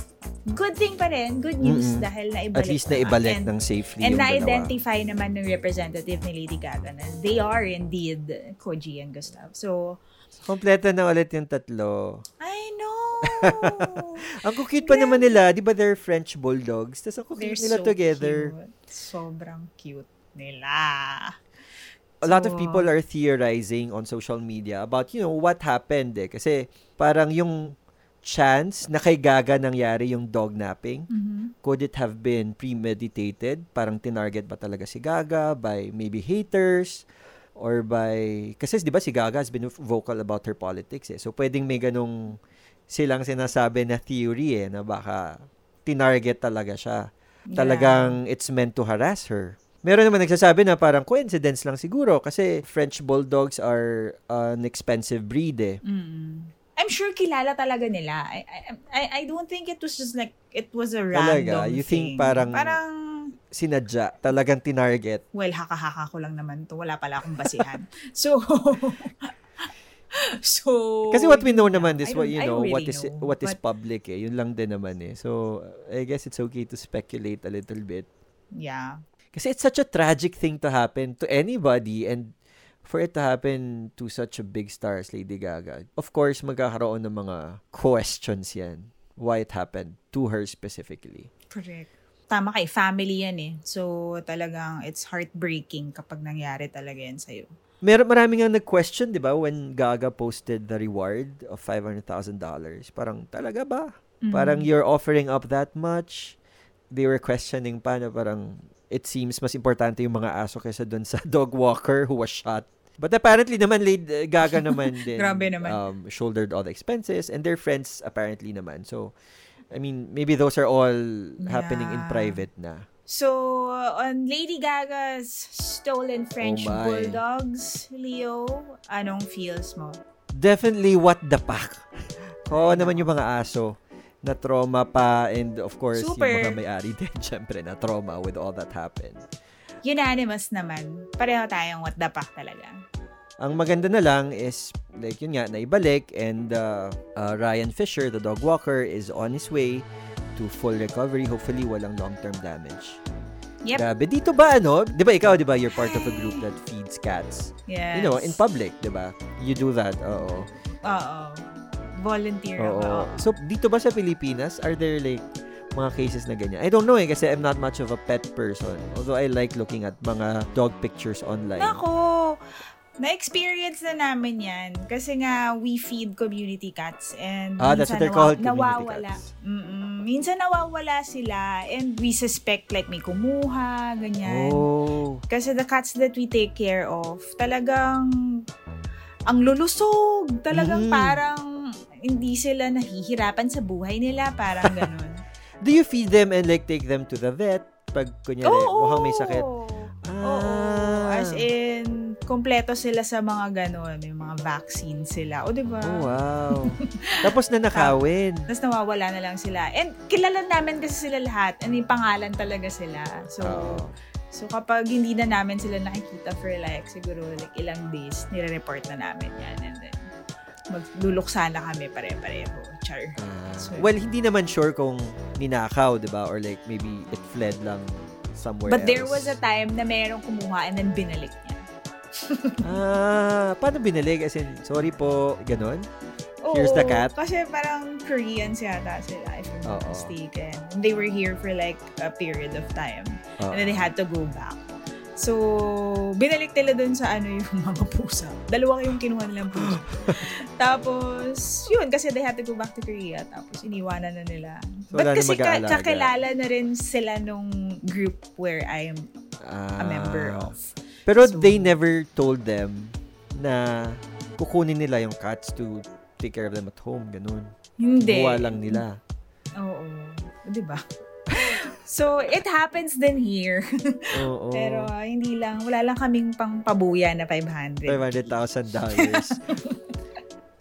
[SPEAKER 2] good thing pa rin. Good news
[SPEAKER 1] Mm-mm.
[SPEAKER 2] dahil naibalik
[SPEAKER 1] At least na ibalik ng safely yung
[SPEAKER 2] And
[SPEAKER 1] dalawa.
[SPEAKER 2] na-identify naman ng representative ni Lady Gaga na they are indeed Koji and Gustav. So,
[SPEAKER 1] Kompleto na ulit yung tatlo.
[SPEAKER 2] I know!
[SPEAKER 1] <laughs> Ang cute pa naman nila, 'di ba they're French bulldogs? Tapos ang
[SPEAKER 2] They're
[SPEAKER 1] cute nila
[SPEAKER 2] so
[SPEAKER 1] together.
[SPEAKER 2] Cute. Sobrang cute nila.
[SPEAKER 1] a lot of
[SPEAKER 2] So,
[SPEAKER 1] people are theorizing on social media about, you know, what happened eh. Kasi parang yung chance na kay Gaga nangyari yung dog napping,
[SPEAKER 2] Mhm.
[SPEAKER 1] could it have been premeditated? Parang tinarget ba talaga si Gaga by maybe haters? Or by... Kasi di ba si Gaga has been vocal about her politics eh. So pwedeng may ganong silang sinasabi na theory eh, na baka tinarget talaga siya.
[SPEAKER 2] Yeah.
[SPEAKER 1] Talagang it's meant to harass her. Meron naman nagsasabi na parang coincidence lang siguro kasi French Bulldogs are an expensive breed eh.
[SPEAKER 2] Mm. I'm sure kilala talaga nila. I, I I- I don't think it was just like it was a
[SPEAKER 1] Talaga?
[SPEAKER 2] random
[SPEAKER 1] You
[SPEAKER 2] thing.
[SPEAKER 1] think parang-
[SPEAKER 2] parang
[SPEAKER 1] Sinadya, talagang tinarget.
[SPEAKER 2] well haka-haka ko lang naman to. Wala pala akong
[SPEAKER 1] <laughs>
[SPEAKER 2] basihan. so <laughs> So
[SPEAKER 1] Kasi what we know naman
[SPEAKER 2] I
[SPEAKER 1] is
[SPEAKER 2] don't-
[SPEAKER 1] what you
[SPEAKER 2] I
[SPEAKER 1] know
[SPEAKER 2] don't
[SPEAKER 1] what
[SPEAKER 2] really
[SPEAKER 1] is
[SPEAKER 2] know.
[SPEAKER 1] what is
[SPEAKER 2] But-
[SPEAKER 1] public eh. Yun lang din naman eh. So I guess it's okay to speculate a little bit.
[SPEAKER 2] yeah.
[SPEAKER 1] Kasi it's such a tragic thing to happen to anybody and for it to happen to such a big star as Lady Gaga. Of course, magkakaroon ng mga questions yan. Why it happened to her specifically.
[SPEAKER 2] Correct. Tama kay family yan eh. So talagang it's heartbreaking kapag nangyari talaga yan sa'yo.
[SPEAKER 1] Mer marami nga nag-question, di ba, when Gaga posted the reward of $500,000. Parang, talaga ba?
[SPEAKER 2] Mm.
[SPEAKER 1] Parang you're offering up that much. They were questioning pa na parang it seems mas importante yung mga aso kaysa dun sa <laughs> dog walker who was shot. But apparently naman, Lady eh,
[SPEAKER 2] <laughs>
[SPEAKER 1] Gaga naman din.
[SPEAKER 2] Grabe naman.
[SPEAKER 1] Um, shouldered all the expenses and their friends apparently naman. So, I mean, maybe those are all happening in
[SPEAKER 2] Yeah.
[SPEAKER 1] private na.
[SPEAKER 2] So, on Lady Gaga's stolen French
[SPEAKER 1] Oh my.
[SPEAKER 2] bulldogs, Leo, anong feels mo?
[SPEAKER 1] Definitely what the fuck. <laughs> Oo naman yung mga aso na trauma pa and of course
[SPEAKER 2] Super.
[SPEAKER 1] yung mga may-ari <laughs> din syempre na trauma with all that happened.
[SPEAKER 2] Unanimous naman. Pareho tayong what the fuck talaga.
[SPEAKER 1] Ang maganda na lang is, like yun nga, naibalik and uh, uh, Ryan Fisher, the dog walker, is on his way to full recovery. Hopefully, walang long-term damage.
[SPEAKER 2] Yep.
[SPEAKER 1] Grabe. Dito ba, ano? Di ba ikaw, di ba, you're part of a group that feeds cats.
[SPEAKER 2] Yes.
[SPEAKER 1] You know, in public, di ba? You do that, oo.
[SPEAKER 2] Oo. Volunteer
[SPEAKER 1] Oo.
[SPEAKER 2] ako.
[SPEAKER 1] So, dito ba sa Pilipinas, are there like mga cases na ganyan? I don't know eh, kasi I'm not much of a pet person. Although I like looking at mga dog pictures online.
[SPEAKER 2] Nako! Na-experience na namin yan. Kasi nga, we feed community cats. And
[SPEAKER 1] Ah, that's
[SPEAKER 2] minsan
[SPEAKER 1] what they're
[SPEAKER 2] nawa-
[SPEAKER 1] called, community
[SPEAKER 2] nawawala.
[SPEAKER 1] cats.
[SPEAKER 2] Mm-mm. Minsan nawawala sila. And we suspect like may kumuha, ganyan.
[SPEAKER 1] Oh.
[SPEAKER 2] Kasi the cats that we take care of, talagang ang lulusog.
[SPEAKER 1] Mhm.
[SPEAKER 2] Talagang parang hindi sila nahihirapan sa buhay nila.
[SPEAKER 1] <laughs>
[SPEAKER 2] Parang ganun.
[SPEAKER 1] Do you feed them and like take them to the vet? Pag kunyari, mukhang may sakit.
[SPEAKER 2] Oo.
[SPEAKER 1] Ah.
[SPEAKER 2] As in, kompleto sila sa mga ganun. May mga vaccine sila. O, di ba?
[SPEAKER 1] Oh, wow. <laughs> Tapos nanakawin.
[SPEAKER 2] Tapos nawawala na lang sila. And kilala namin kasi sila lahat. Ano yung pangalan talaga sila. <laughs> So,
[SPEAKER 1] Oo.
[SPEAKER 2] so kapag hindi na namin sila nakikita for like, siguro like ilang days, nire-report na namin yan. And then, magluluksa na kami pare-pareho. Char.
[SPEAKER 1] Ah.
[SPEAKER 2] So,
[SPEAKER 1] well, hindi naman sure kung ninakaw, di ba? Or like maybe it fled lang somewhere else.
[SPEAKER 2] But there was a time na merong kumuha and then binalik niya.
[SPEAKER 1] Ah, paano binalik? As in, sorry po, ganun?
[SPEAKER 2] Oo,
[SPEAKER 1] Here's the cat.
[SPEAKER 2] Kasi parang Koreans yata sila, if I'm not
[SPEAKER 1] Oo.
[SPEAKER 2] mistaken. They were here for like a period of time.
[SPEAKER 1] Oo.
[SPEAKER 2] And then they had to go back. So, binalik nila dun sa ano yung <laughs> mga pusa. Dalawa kayong kinuha nilang
[SPEAKER 1] <laughs>
[SPEAKER 2] pusa. tapos, yun, kasi they had to go back to Korea. Tapos, iniwanan na nila.
[SPEAKER 1] So, wala na
[SPEAKER 2] But kasi ka-
[SPEAKER 1] mag-aalaga.
[SPEAKER 2] kakilala na rin sila nung group where I am
[SPEAKER 1] Ah.
[SPEAKER 2] a member of.
[SPEAKER 1] Pero
[SPEAKER 2] So-
[SPEAKER 1] they never told them na kukunin nila yung cats to take care of them at home, ganun.
[SPEAKER 2] Hindi.
[SPEAKER 1] Buwa lang
[SPEAKER 2] <laughs>
[SPEAKER 1] nila.
[SPEAKER 2] Oo. Di ba? <laughs> so, it happens din here.
[SPEAKER 1] Oo.
[SPEAKER 2] Pero ah, hindi lang, wala lang kaming pang pabuya na 500. <laughs>
[SPEAKER 1] $500,000.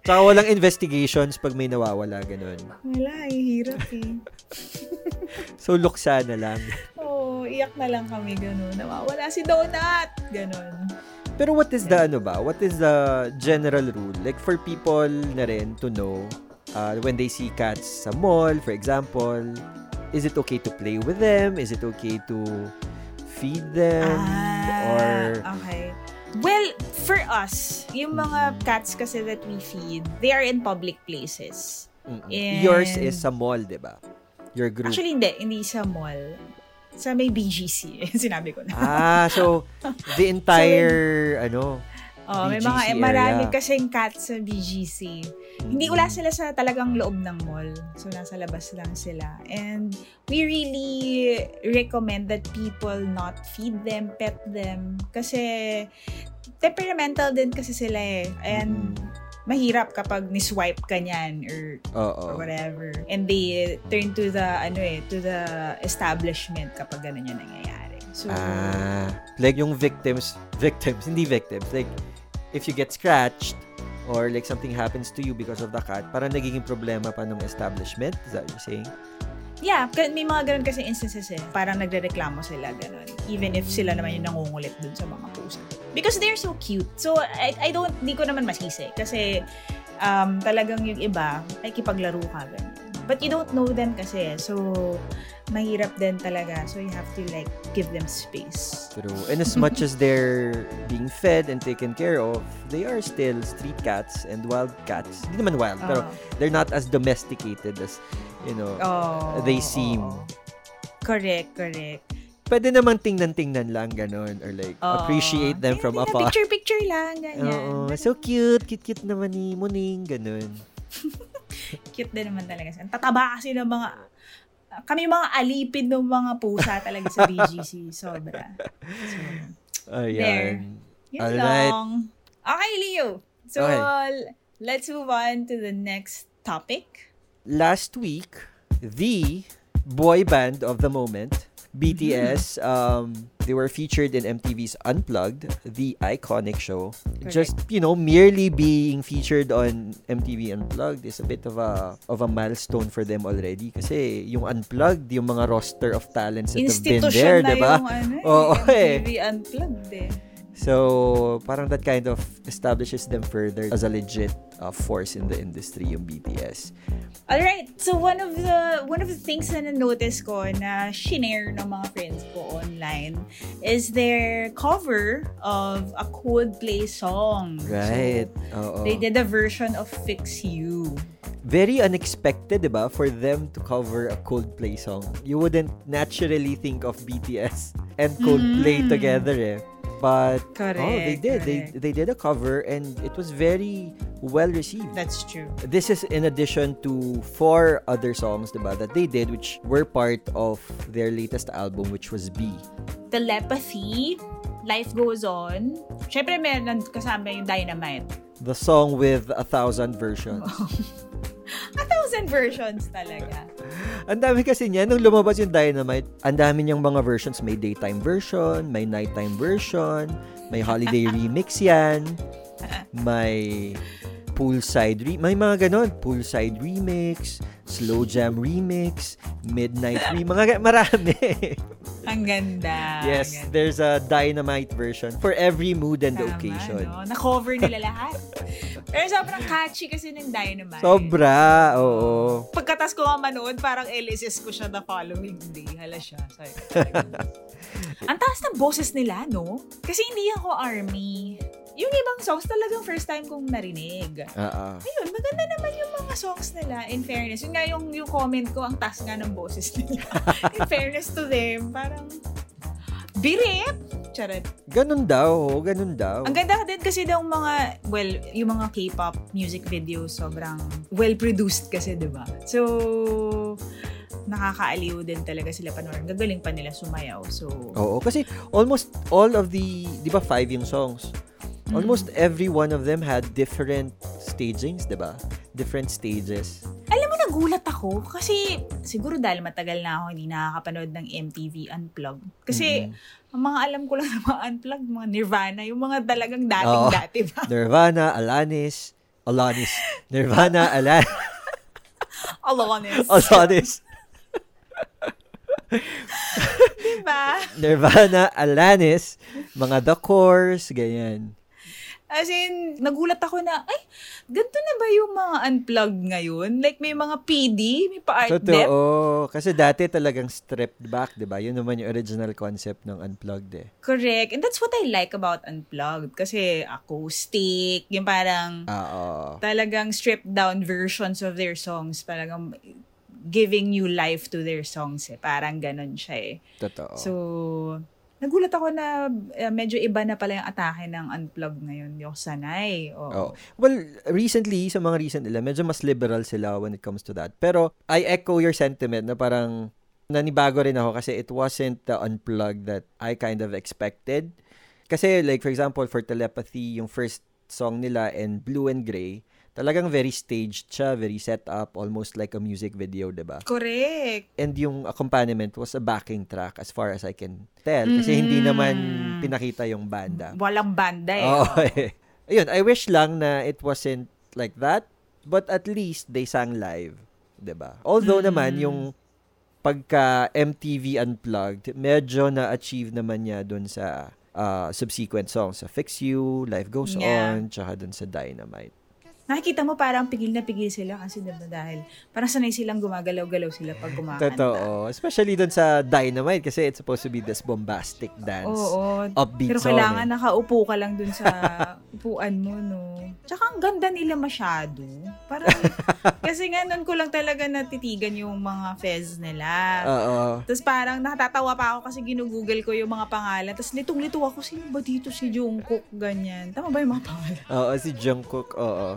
[SPEAKER 1] Tsaka walang investigations pag may nawawala, ganun.
[SPEAKER 2] Wala, eh, hirap eh.
[SPEAKER 1] So, luksa na lang.
[SPEAKER 2] Oo, iyak na lang kami ganun. Nawawala si Donut! Ganun.
[SPEAKER 1] Pero what is the ano ba? What is the general rule? Like for people na rin to know uh, when they see cats sa mall, for example, is it okay to play with them? Is it okay to feed them?
[SPEAKER 2] Ah,
[SPEAKER 1] Or
[SPEAKER 2] okay. Well, for us, yung mga cats kasi that we feed, they are in public places.
[SPEAKER 1] Mm-mm.
[SPEAKER 2] And-
[SPEAKER 1] yours is sa mall, 'di ba? Your group.
[SPEAKER 2] Actually, hindi. Hindi sa mall. Sa may BGC. <laughs> Sinabi ko na.
[SPEAKER 1] <laughs> ah, so the entire ano.
[SPEAKER 2] Oh, may
[SPEAKER 1] BGC
[SPEAKER 2] mga eh,
[SPEAKER 1] area.
[SPEAKER 2] marami kasing cats sa BGC. Hindi
[SPEAKER 1] Mm-mm.
[SPEAKER 2] wala sila sa talagang loob ng mall. So nasa labas lang sila. And we really recommend that people not feed them, pet them kasi temperamental din kasi sila eh. And
[SPEAKER 1] Mm-mm.
[SPEAKER 2] mahirap kapag ni-swipe ka niyan or
[SPEAKER 1] Oo.
[SPEAKER 2] or whatever. And they turn to the ano eh, to the establishment kapag ganun yung nangyayari. So,
[SPEAKER 1] Ah, like yung victims, victims, hindi victims. Like, if you get scratched or like something happens to you because of the cat, parang nagiging problema pa ng establishment. Is that what you're saying?
[SPEAKER 2] yeah, ka- may mga ganun kasi instances eh. Parang nagrereklamo sila ganun. Even if sila naman yung nangungulit dun sa mga pusa. Because they're so cute. So, I, I don't, di ko naman masisi. Kasi, um, talagang yung iba, ay kipaglaro ka ganun. But you don't know them kasi. eh. So, mahirap din talaga. So, you have to like give them space.
[SPEAKER 1] True. And as much as they're being fed and taken care of, they are still street cats and wild cats. Hindi naman wild, pero
[SPEAKER 2] Oo.
[SPEAKER 1] they're not as domesticated as, you know,
[SPEAKER 2] Ah. Oh,
[SPEAKER 1] they seem.
[SPEAKER 2] Correct, correct.
[SPEAKER 1] pwede naman tingnan-tingnan lang ganun or like
[SPEAKER 2] Oo.
[SPEAKER 1] appreciate them
[SPEAKER 2] Ayun,
[SPEAKER 1] from
[SPEAKER 2] tingnan,
[SPEAKER 1] afar.
[SPEAKER 2] Oh. Picture-picture lang, ganyan.
[SPEAKER 1] <laughs> Oo, so cute, cute-cute naman ni Muning, ganun.
[SPEAKER 2] Cute din naman talaga siya. Ang Tataba kasi ng mga, kami yung mga alipid ng mga pusa talaga sa BGC. Sobra. So,
[SPEAKER 1] Oh, Ayan.
[SPEAKER 2] yun
[SPEAKER 1] Alright.
[SPEAKER 2] lang. Okay, Leo. So,
[SPEAKER 1] Okay.
[SPEAKER 2] l- let's move on to the next topic.
[SPEAKER 1] Last week, the boy band of the moment, BTS,
[SPEAKER 2] Mm-hmm.
[SPEAKER 1] um, they were featured in MTV's Unplugged, the iconic show. Just, you know, merely being featured on MTV Unplugged is a bit of a of a milestone for them already kasi yung Unplugged, yung mga roster of talents that have been
[SPEAKER 2] Institution
[SPEAKER 1] there,
[SPEAKER 2] na
[SPEAKER 1] di ba?
[SPEAKER 2] yung ano, eh,
[SPEAKER 1] Oo, eh.
[SPEAKER 2] MTV Unplugged eh.
[SPEAKER 1] So, parang that kind of establishes them further as a legit uh, force in the industry, yung BTS.
[SPEAKER 2] All right. So one of the one of the things na na-notice ko na shinare ng mga friends ko online is their cover of a Coldplay song.
[SPEAKER 1] Right. Oo.
[SPEAKER 2] So, they did a version of Fix You.
[SPEAKER 1] Very unexpected, di ba? For them to cover a Coldplay song. You wouldn't naturally think of BTS and Coldplay
[SPEAKER 2] Mhm.
[SPEAKER 1] together, eh. But,
[SPEAKER 2] Correct.
[SPEAKER 1] oh, they did. They,
[SPEAKER 2] correct.
[SPEAKER 1] they did a cover and it was very well received.
[SPEAKER 2] That's true.
[SPEAKER 1] This is in addition to four other songs, diba, that they did, which were part of their latest album, which was B.
[SPEAKER 2] Telepathy, Life Goes On. Siyempre, meron kasama yung Dynamite.
[SPEAKER 1] The song with a thousand versions.
[SPEAKER 2] A thousand versions talaga.
[SPEAKER 1] Ang dami kasi niya, nung lumabas yung Dynamite, ang dami niyang mga versions. May daytime version, may nighttime version, may
[SPEAKER 2] <laughs>
[SPEAKER 1] holiday remix yan, may poolside re- may mga ganon. Poolside remix, slow jam remix,
[SPEAKER 2] <laughs>
[SPEAKER 1] midnight remix, mga ga- marami.
[SPEAKER 2] Ang ganda.
[SPEAKER 1] yes,
[SPEAKER 2] ang ganda.
[SPEAKER 1] there's a Dynamite version for every mood and
[SPEAKER 2] Tama,
[SPEAKER 1] occasion.
[SPEAKER 2] no? Na-cover nila lahat. Pero sobrang catchy kasi ng Dynamite.
[SPEAKER 1] Sobra, oo.
[SPEAKER 2] Pagkatas ko nga manood, parang LSS ko siya the following day. Hala siya.
[SPEAKER 1] <laughs>
[SPEAKER 2] Sorry. Ang taas ng boses nila, no? Kasi hindi ako army. Yung ibang songs talagang first time kong narinig.
[SPEAKER 1] Ah, ah.
[SPEAKER 2] Ayun, maganda naman yung mga songs nila. In fairness, yun nga yung, yung comment ko, ang taas nga ng boses nila. <laughs> In fairness to them, parang... Birit! Charot.
[SPEAKER 1] Ganun daw, ganun daw.
[SPEAKER 2] Ang ganda din kasi daw mga, well, yung mga K-pop music videos sobrang well-produced kasi, di ba? So, nakakaaliw din talaga sila panoorin. Gagaling pa nila sumayaw. So,
[SPEAKER 1] Oo, kasi almost all of the, di ba, five yung songs. Almost every one of them had different stagings, di ba? Different stages.
[SPEAKER 2] alam mo, nagulat ako kasi siguro dahil matagal na ako hindi nakakapanood ng MTV Unplugged. Kasi, ang mga alam ko lang na mga Unplugged, mga Nirvana, yung mga talagang
[SPEAKER 1] Oo.
[SPEAKER 2] dating-dati
[SPEAKER 1] <laughs>
[SPEAKER 2] ba? <laughs>
[SPEAKER 1] Nirvana, Alanis, Alanis, Nirvana, Alan,
[SPEAKER 2] Alanis.
[SPEAKER 1] <laughs> Oh. Alanis,
[SPEAKER 2] Di ba?
[SPEAKER 1] Nirvana, Alanis, mga The Course, ganyan.
[SPEAKER 2] As in, nagulat ako na, ay, ganito na ba yung mga unplugged ngayon? Like, may mga PD, may pa-art dep.
[SPEAKER 1] Totoo. Kasi dati talagang stripped back, di ba? Yun naman yung original concept ng Unplugged eh.
[SPEAKER 2] Correct. And that's what I like about unplugged. Kasi acoustic, yung parang
[SPEAKER 1] Ah, Oo.
[SPEAKER 2] talagang stripped down versions of their songs. Parang giving new life to their songs eh. Parang ganun siya eh.
[SPEAKER 1] Totoo.
[SPEAKER 2] So, nagulat ako na eh, medyo iba na pala yung atake ng unplugged ngayon. Yung sanay.
[SPEAKER 1] Oh.
[SPEAKER 2] Oo.
[SPEAKER 1] Well, recently, sa mga recent nila, medyo mas liberal sila when it comes to that. Pero, I echo your sentiment na parang nanibago rin ako kasi it wasn't the unplugged that I kind of expected. Kasi, like, for example, for Telepathy, yung first song nila in Blue and Gray, talagang very staged siya, very set up, almost like a music video, 'di ba?
[SPEAKER 2] Correct.
[SPEAKER 1] And yung accompaniment was a backing track as far as I can tell kasi hindi naman pinakita yung banda.
[SPEAKER 2] Walang banda eh.
[SPEAKER 1] Oo, eh. <laughs> Ayun, I wish lang na it wasn't like that, but at least they sang live, 'di ba? Although
[SPEAKER 2] Mm-hmm.
[SPEAKER 1] naman yung pagka MTV Unplugged, medyo na-achieve naman niya dun sa ah, subsequent songs, sa Fix You, Life Goes
[SPEAKER 2] Yeah.
[SPEAKER 1] On, tsaka dun sa Dynamite.
[SPEAKER 2] Nakikita mo parang pigil na pigil sila kasi diba dahil parang sanay silang gumagalaw-galaw sila pag kumakanta.
[SPEAKER 1] Totoo. Especially dun sa Dynamite kasi it's supposed to be this bombastic dance.
[SPEAKER 2] Oo.
[SPEAKER 1] Upbeat
[SPEAKER 2] Pero
[SPEAKER 1] song,
[SPEAKER 2] kailangan
[SPEAKER 1] eh.
[SPEAKER 2] nakaupo ka lang dun sa upuan mo, no? Tsaka ang ganda nila masyado. Parang, kasi nga nun ko lang talaga natitigan yung mga fez nila.
[SPEAKER 1] Oo.
[SPEAKER 2] Tapos parang nakatatawa pa ako kasi ginugugol ko yung mga pangalan. Tapos litong-lito ako, sino ba dito si Jungkook? Ganyan. Tama ba yung mga pangalan?
[SPEAKER 1] Oo, si Jungkook, oo.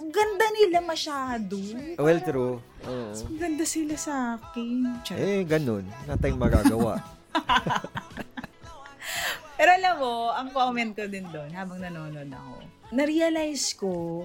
[SPEAKER 2] Ang ganda nila masyado.
[SPEAKER 1] Well, true. Oo.
[SPEAKER 2] Ang ganda sila sa akin. Char.
[SPEAKER 1] Eh, ganun. Wala tayong magagawa.
[SPEAKER 2] Pero alam mo, ang comment ko din doon habang nanonood ako, na-realize ko,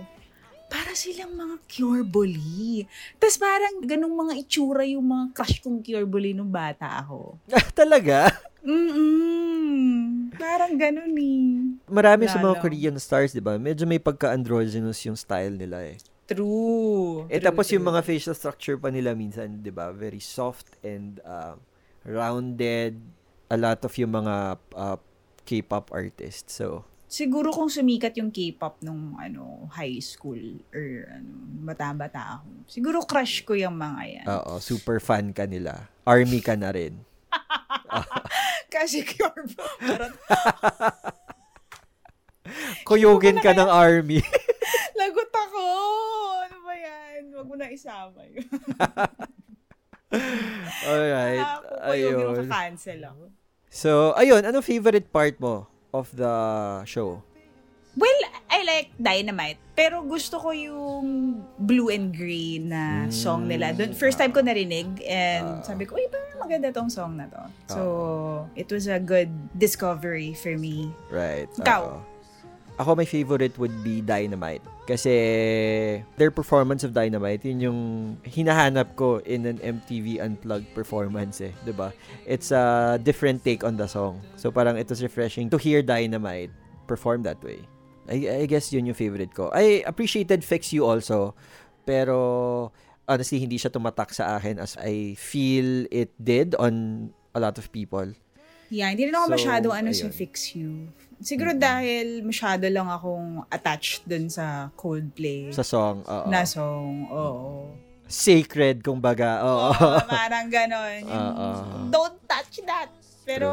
[SPEAKER 2] para silang mga cure bully. Tapos parang ganung mga itsura yung mga crush kong cure bully nung bata ako.
[SPEAKER 1] Ah, <laughs> Talaga?
[SPEAKER 2] Mm-mm. Parang ganun eh.
[SPEAKER 1] Marami sa mga
[SPEAKER 2] Lalo.
[SPEAKER 1] Korean stars, di ba? Medyo may pagka-androgynous yung style nila eh.
[SPEAKER 2] True.
[SPEAKER 1] Eh
[SPEAKER 2] True,
[SPEAKER 1] tapos yung
[SPEAKER 2] true.
[SPEAKER 1] mga facial structure pa nila minsan, 'di ba? Very soft and uh, rounded a lot of yung mga uh, K-pop artists. So,
[SPEAKER 2] Siguro kung sumikat yung K-pop nung ano, high school or ano, bata-bata ako. Siguro crush ko yung mga yan.
[SPEAKER 1] oo, super fan ka nila. Army ka na rin.
[SPEAKER 2] <laughs> Kasi cure bully. Parang
[SPEAKER 1] Kuyugin ka ng
[SPEAKER 2] <laughs>
[SPEAKER 1] army. <laughs>
[SPEAKER 2] Lagot ako! Ano ba yan? Huwag mo na isama yun. <laughs>
[SPEAKER 1] Alright.
[SPEAKER 2] Ayun.
[SPEAKER 1] Ayun.
[SPEAKER 2] cancel ako.
[SPEAKER 1] So, ayun, ano favorite part mo of the show?
[SPEAKER 2] Well, I like Dynamite. Pero gusto ko yung blue and green na song
[SPEAKER 1] Hmm.
[SPEAKER 2] nila. Doon, first time ko narinig and
[SPEAKER 1] Ah.
[SPEAKER 2] sabi ko, uy, parang maganda tong song na to. So, it was a good discovery for me.
[SPEAKER 1] Right.
[SPEAKER 2] Ikaw?
[SPEAKER 1] oo. Ako, my favorite would be Dynamite. Kasi their performance of Dynamite, yun yung hinahanap ko in an MTV Unplugged performance eh. 'di ba? It's a different take on the song. So parang it was refreshing to hear Dynamite perform that way. I, I guess yun yung favorite ko. I appreciated Fix You also. Pero honestly, hindi siya tumatak sa akin as I feel it did on a lot of people.
[SPEAKER 2] Yeah, hindi rin ako
[SPEAKER 1] So,
[SPEAKER 2] masyado ano sa
[SPEAKER 1] ayun.
[SPEAKER 2] Fix You. Siguro dahil masyado lang akong attached dun sa Coldplay
[SPEAKER 1] Sa Ah. song, oo.
[SPEAKER 2] na song. Oo.
[SPEAKER 1] sacred, kumbaga. Oo.
[SPEAKER 2] Oo,
[SPEAKER 1] <laughs>
[SPEAKER 2] parang ganon. Yung,
[SPEAKER 1] Oo.
[SPEAKER 2] Don't touch that. Pero,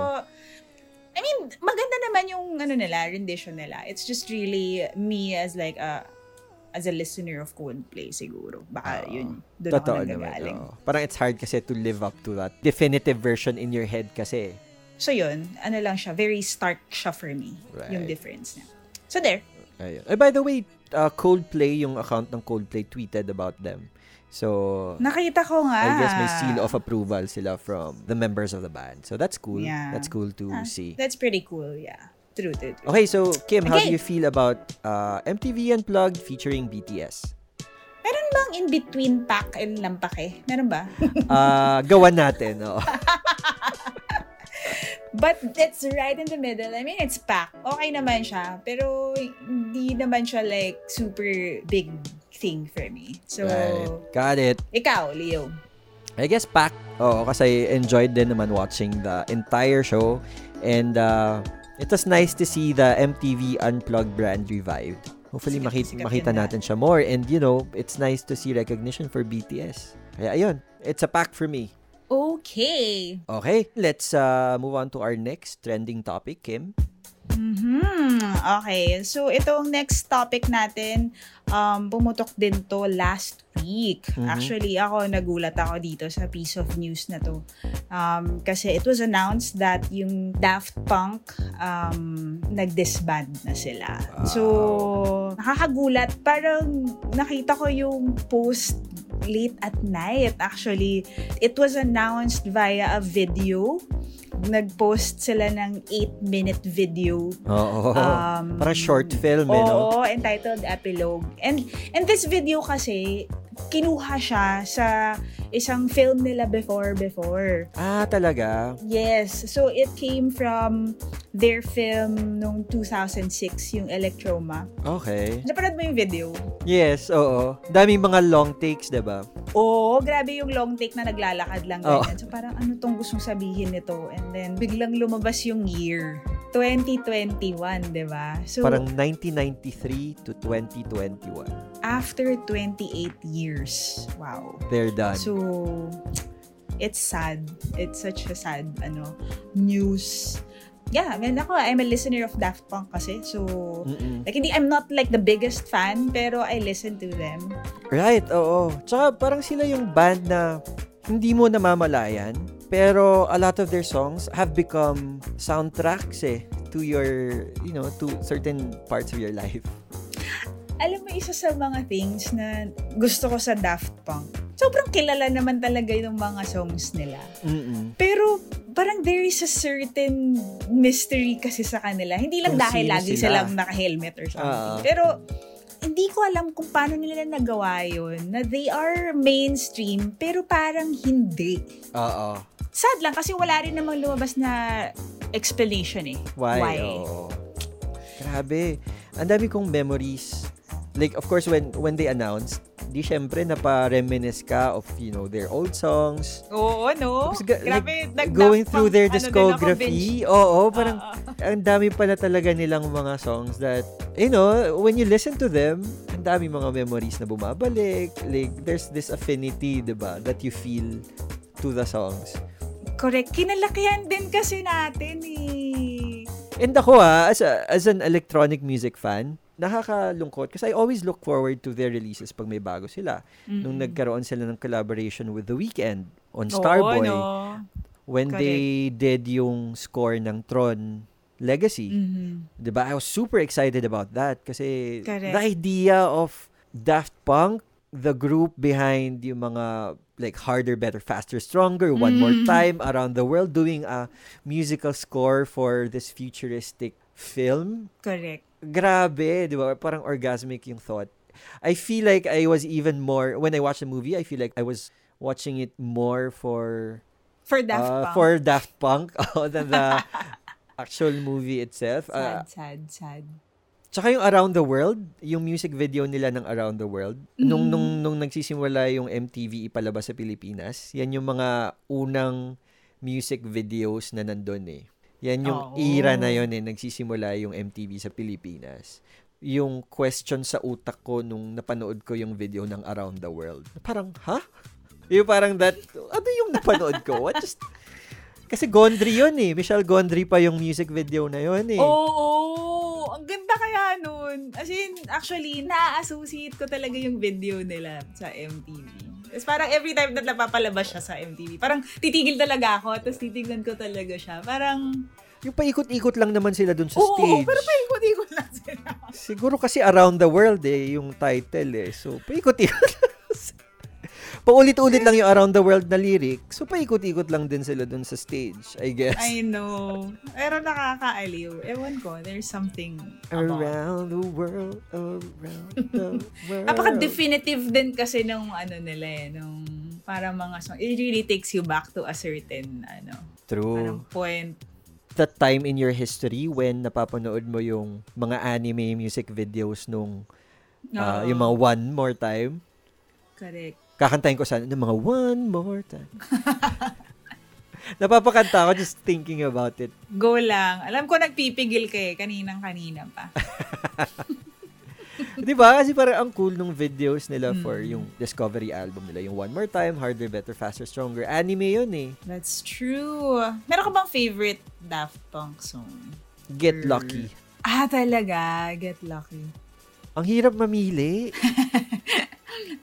[SPEAKER 2] I mean, maganda naman yung ano nila, rendition nila. It's just really me as like a as a listener of Coldplay siguro. Baka
[SPEAKER 1] Oo.
[SPEAKER 2] yun, doon ako
[SPEAKER 1] Totoo naman.
[SPEAKER 2] nanggagaling.
[SPEAKER 1] oo. Parang it's hard kasi to live up to that definitive version in your head kasi.
[SPEAKER 2] So yun, ano lang siya, very stark siya for me.
[SPEAKER 1] Right.
[SPEAKER 2] Yung difference niya. So there.
[SPEAKER 1] Ayun. Ay, by the way, uh, Coldplay, yung account ng Coldplay tweeted about them. So,
[SPEAKER 2] Nakita ko nga.
[SPEAKER 1] I guess
[SPEAKER 2] Ah.
[SPEAKER 1] may seal of approval sila from the members of the band. So, that's cool.
[SPEAKER 2] Yeah.
[SPEAKER 1] That's cool to
[SPEAKER 2] Ah,
[SPEAKER 1] see.
[SPEAKER 2] That's pretty cool, yeah. True, true, true.
[SPEAKER 1] Okay, so, Kim, how do
[SPEAKER 2] Okay.
[SPEAKER 1] you feel about uh, MTV Unplugged featuring BTS?
[SPEAKER 2] Meron bang in-between pack and lampake? Meron ba? <laughs>
[SPEAKER 1] Uh, gawan natin. oo.
[SPEAKER 2] But it's right in the middle. I mean, it's packed. Okay naman siya. Pero hindi naman siya like super big thing for me. So,
[SPEAKER 1] Right. Got it.
[SPEAKER 2] ikaw, Leo.
[SPEAKER 1] I guess packed. Oo, kasi I enjoyed din naman watching the entire show. And uh, it was nice to see the MTV Unplugged brand revived. Hopefully
[SPEAKER 2] Sikat-
[SPEAKER 1] makita,
[SPEAKER 2] sikat
[SPEAKER 1] makita
[SPEAKER 2] yun na.
[SPEAKER 1] natin siya more. And you know, it's nice to see recognition for BTS. Kaya ayun, it's a pack for me.
[SPEAKER 2] Okay.
[SPEAKER 1] Okay, let's uh, move on to our next trending topic, Kim.
[SPEAKER 2] Mhm. Okay. So, itong next topic natin, um, pumutok din to last week. Actually, ako nagulat ako dito sa piece of news na to. Um, kasi it was announced that yung Daft Punk um, nag-disband na sila. So, nakakagulat. Parang nakita ko yung post late at night actually. It was announced via a video nag-post sila ng 8-minute video
[SPEAKER 1] Oo.
[SPEAKER 2] Um,
[SPEAKER 1] Para short film, eh, Oh, no?
[SPEAKER 2] Oo, entitled Epilogue. And and this video kasi kinuha siya sa isang film nila before before.
[SPEAKER 1] Ah, talaga?
[SPEAKER 2] Yes, so it came from their film nung 2006 yung Electroma.
[SPEAKER 1] Okay.
[SPEAKER 2] Napanood mo yung video?
[SPEAKER 1] Yes, oo. Daming mga long takes, 'di ba?
[SPEAKER 2] Oo, grabe yung long take na naglalakad lang
[SPEAKER 1] Oo.
[SPEAKER 2] ganyan. So parang ano tong gustong sabihin nito? And then biglang lumabas yung year. 2021, di ba? So,
[SPEAKER 1] Parang 1993 to 2021.
[SPEAKER 2] after 28 years. Wow.
[SPEAKER 1] They're done.
[SPEAKER 2] So, it's sad. It's such a sad ano news. Yeah, man ako, I'm a listener of Daft Punk kasi. So,
[SPEAKER 1] Mm-mm.
[SPEAKER 2] like, hindi, I'm not like the biggest fan, pero I listen to them.
[SPEAKER 1] Right, oo. Tsaka parang sila yung band na hindi mo namamalayan, pero a lot of their songs have become soundtracks eh to your, you know, to certain parts of your life.
[SPEAKER 2] Alam mo, isa sa mga things na gusto ko sa Daft Punk, sobrang kilala naman talaga yung mga songs nila.
[SPEAKER 1] Mm-mm.
[SPEAKER 2] Pero parang there is a certain mystery kasi sa kanila. Hindi lang
[SPEAKER 1] Kung
[SPEAKER 2] dahil
[SPEAKER 1] sino
[SPEAKER 2] lagi
[SPEAKER 1] sila.
[SPEAKER 2] silang naka-helmet or something.
[SPEAKER 1] Ah.
[SPEAKER 2] Pero hindi ko alam kung paano nila nagawa yun. Na they are mainstream, pero parang hindi.
[SPEAKER 1] Oo.
[SPEAKER 2] Sad lang kasi wala rin namang lumabas na explanation eh.
[SPEAKER 1] Why?
[SPEAKER 2] Why?
[SPEAKER 1] Oo. Grabe. Ang dami kong memories. Like, of course, when when they announced, di syempre napa-reminisce ka of, you know, their old songs.
[SPEAKER 2] Oo, no?
[SPEAKER 1] Tapos ga-
[SPEAKER 2] Grabe, nag
[SPEAKER 1] Going through their
[SPEAKER 2] ano din ako, binge.
[SPEAKER 1] discography. Oo, parang
[SPEAKER 2] Ah, ah.
[SPEAKER 1] ang dami pala talaga nilang mga songs that, you know, when you listen to them, ang dami mga memories na bumabalik. Like, there's this affinity, di ba, that you feel to the songs.
[SPEAKER 2] Correct. Kinalakihan din kasi natin eh.
[SPEAKER 1] And ako ha, as, a- as an electronic music fan, nakakalungkot kasi I always look forward to their releases pag may bago sila. Nung
[SPEAKER 2] Mm-mm.
[SPEAKER 1] nagkaroon sila ng collaboration with The Weeknd on
[SPEAKER 2] Mm-hmm. Oo,
[SPEAKER 1] Starboy,
[SPEAKER 2] no?
[SPEAKER 1] when they did yung score ng Tron Legacy,
[SPEAKER 2] Mhm.
[SPEAKER 1] 'di ba? I was super excited about that kasi
[SPEAKER 2] Correct.
[SPEAKER 1] the idea of Daft Punk, the group behind yung mga like harder, better, faster, stronger, one more
[SPEAKER 2] Mm.
[SPEAKER 1] time around the world doing a musical score for this futuristic film.
[SPEAKER 2] Correct.
[SPEAKER 1] Grabe, 'di ba? Parang orgasmic yung thought. I feel like I was even more when I watched the movie, I feel like I was watching it more for
[SPEAKER 2] For Daft
[SPEAKER 1] uh,
[SPEAKER 2] Punk.
[SPEAKER 1] for Daft Punk <laughs> than the actual movie itself. Uh,
[SPEAKER 2] Sad, sad, sad.
[SPEAKER 1] Tsaka yung Around the World, yung music video nila ng Around the World, nung,
[SPEAKER 2] Mm.
[SPEAKER 1] nung, nung nagsisimula yung MTV ipalabas sa Pilipinas, yan yung mga unang music videos na nandun eh. Yan yung
[SPEAKER 2] Oo.
[SPEAKER 1] era na yun eh, nagsisimula yung MTV sa Pilipinas. Yung question sa utak ko nung napanood ko yung video ng Around the World. Parang, ha? Yung parang that, ano yung napanood ko? What just... Kasi Gondry yun eh. Michelle Gondry pa yung music video na yun eh.
[SPEAKER 2] Oo, oo. ang ganda kaya nun. As in, actually, na-associate ko talaga yung video nila sa MTV. Tapos parang every time na napapalabas siya sa MTV, parang titigil talaga ako, tapos titignan ko talaga siya. Parang,
[SPEAKER 1] Yung paikot-ikot lang naman sila dun sa
[SPEAKER 2] oo,
[SPEAKER 1] stage.
[SPEAKER 2] pero paikot-ikot lang <laughs> sila.
[SPEAKER 1] Siguro kasi around the world eh, yung title eh. So, paikot-ikot <laughs> Paulit-ulit lang yung around the world na lyric. So, paikot-ikot lang din sila dun sa stage, I guess.
[SPEAKER 2] I know. Pero nakakaaliw. Ewan ko, there's something about.
[SPEAKER 1] around the world, around the world.
[SPEAKER 2] Napaka-definitive din kasi nung ano nila eh, nung para mga song. It really takes you back to a certain, ano,
[SPEAKER 1] True.
[SPEAKER 2] parang point.
[SPEAKER 1] That time in your history when napapanood mo yung mga anime music videos nung ah,
[SPEAKER 2] Oo.
[SPEAKER 1] yung mga One More Time.
[SPEAKER 2] Correct.
[SPEAKER 1] Kakantahin ko sana ng mga One More Time. <laughs> Napapakanta ako just thinking about it.
[SPEAKER 2] Go lang. Alam ko nagpipigil ka eh, kaninang-kanina pa.
[SPEAKER 1] Di ba? Kasi parang ang cool nung videos nila for yung Discovery album nila. Yung One More Time, Harder, Better, Faster, Stronger. Anime yun eh.
[SPEAKER 2] That's true. Meron ka bang favorite Daft Punk song?
[SPEAKER 1] Get Lucky.
[SPEAKER 2] Ah, talaga. Get lucky.
[SPEAKER 1] Ang hirap mamili.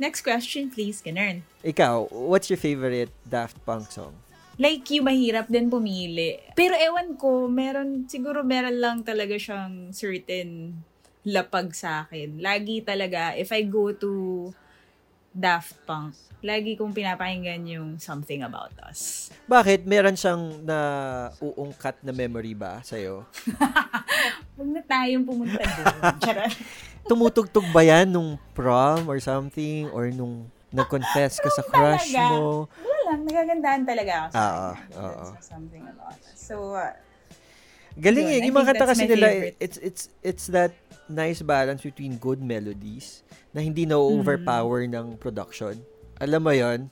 [SPEAKER 2] Next question, please, Ganern.
[SPEAKER 1] Ikaw, what's your favorite Daft Punk song?
[SPEAKER 2] Like you, mahirap din pumili. Pero ewan ko, meron, siguro meron lang talaga siyang certain lapag sa akin. Lagi talaga, if I go to Daft Punk, lagi kong pinapakinggan yung Something About Us.
[SPEAKER 1] Bakit? Meron siyang na uungkat na memory ba sa'yo?
[SPEAKER 2] Huwag na tayong pumunta doon. Charot.
[SPEAKER 1] Tumutugtog ba yan nung prom or something? Or nung nag-confess ka sa crush
[SPEAKER 2] talaga.
[SPEAKER 1] mo?
[SPEAKER 2] Wala lang, nagagandahan talaga ako sa
[SPEAKER 1] Oo,
[SPEAKER 2] kanya.
[SPEAKER 1] oo.
[SPEAKER 2] That's Something About Us. So, uh,
[SPEAKER 1] Galing
[SPEAKER 2] Yun,
[SPEAKER 1] eh.
[SPEAKER 2] I
[SPEAKER 1] Yung mga
[SPEAKER 2] think
[SPEAKER 1] kanta
[SPEAKER 2] that's
[SPEAKER 1] kasi
[SPEAKER 2] my
[SPEAKER 1] nila,
[SPEAKER 2] favorite.
[SPEAKER 1] it's, it's, it's that nice balance between good melodies na hindi na
[SPEAKER 2] Mm-hmm.
[SPEAKER 1] overpower ng production. Alam mo yon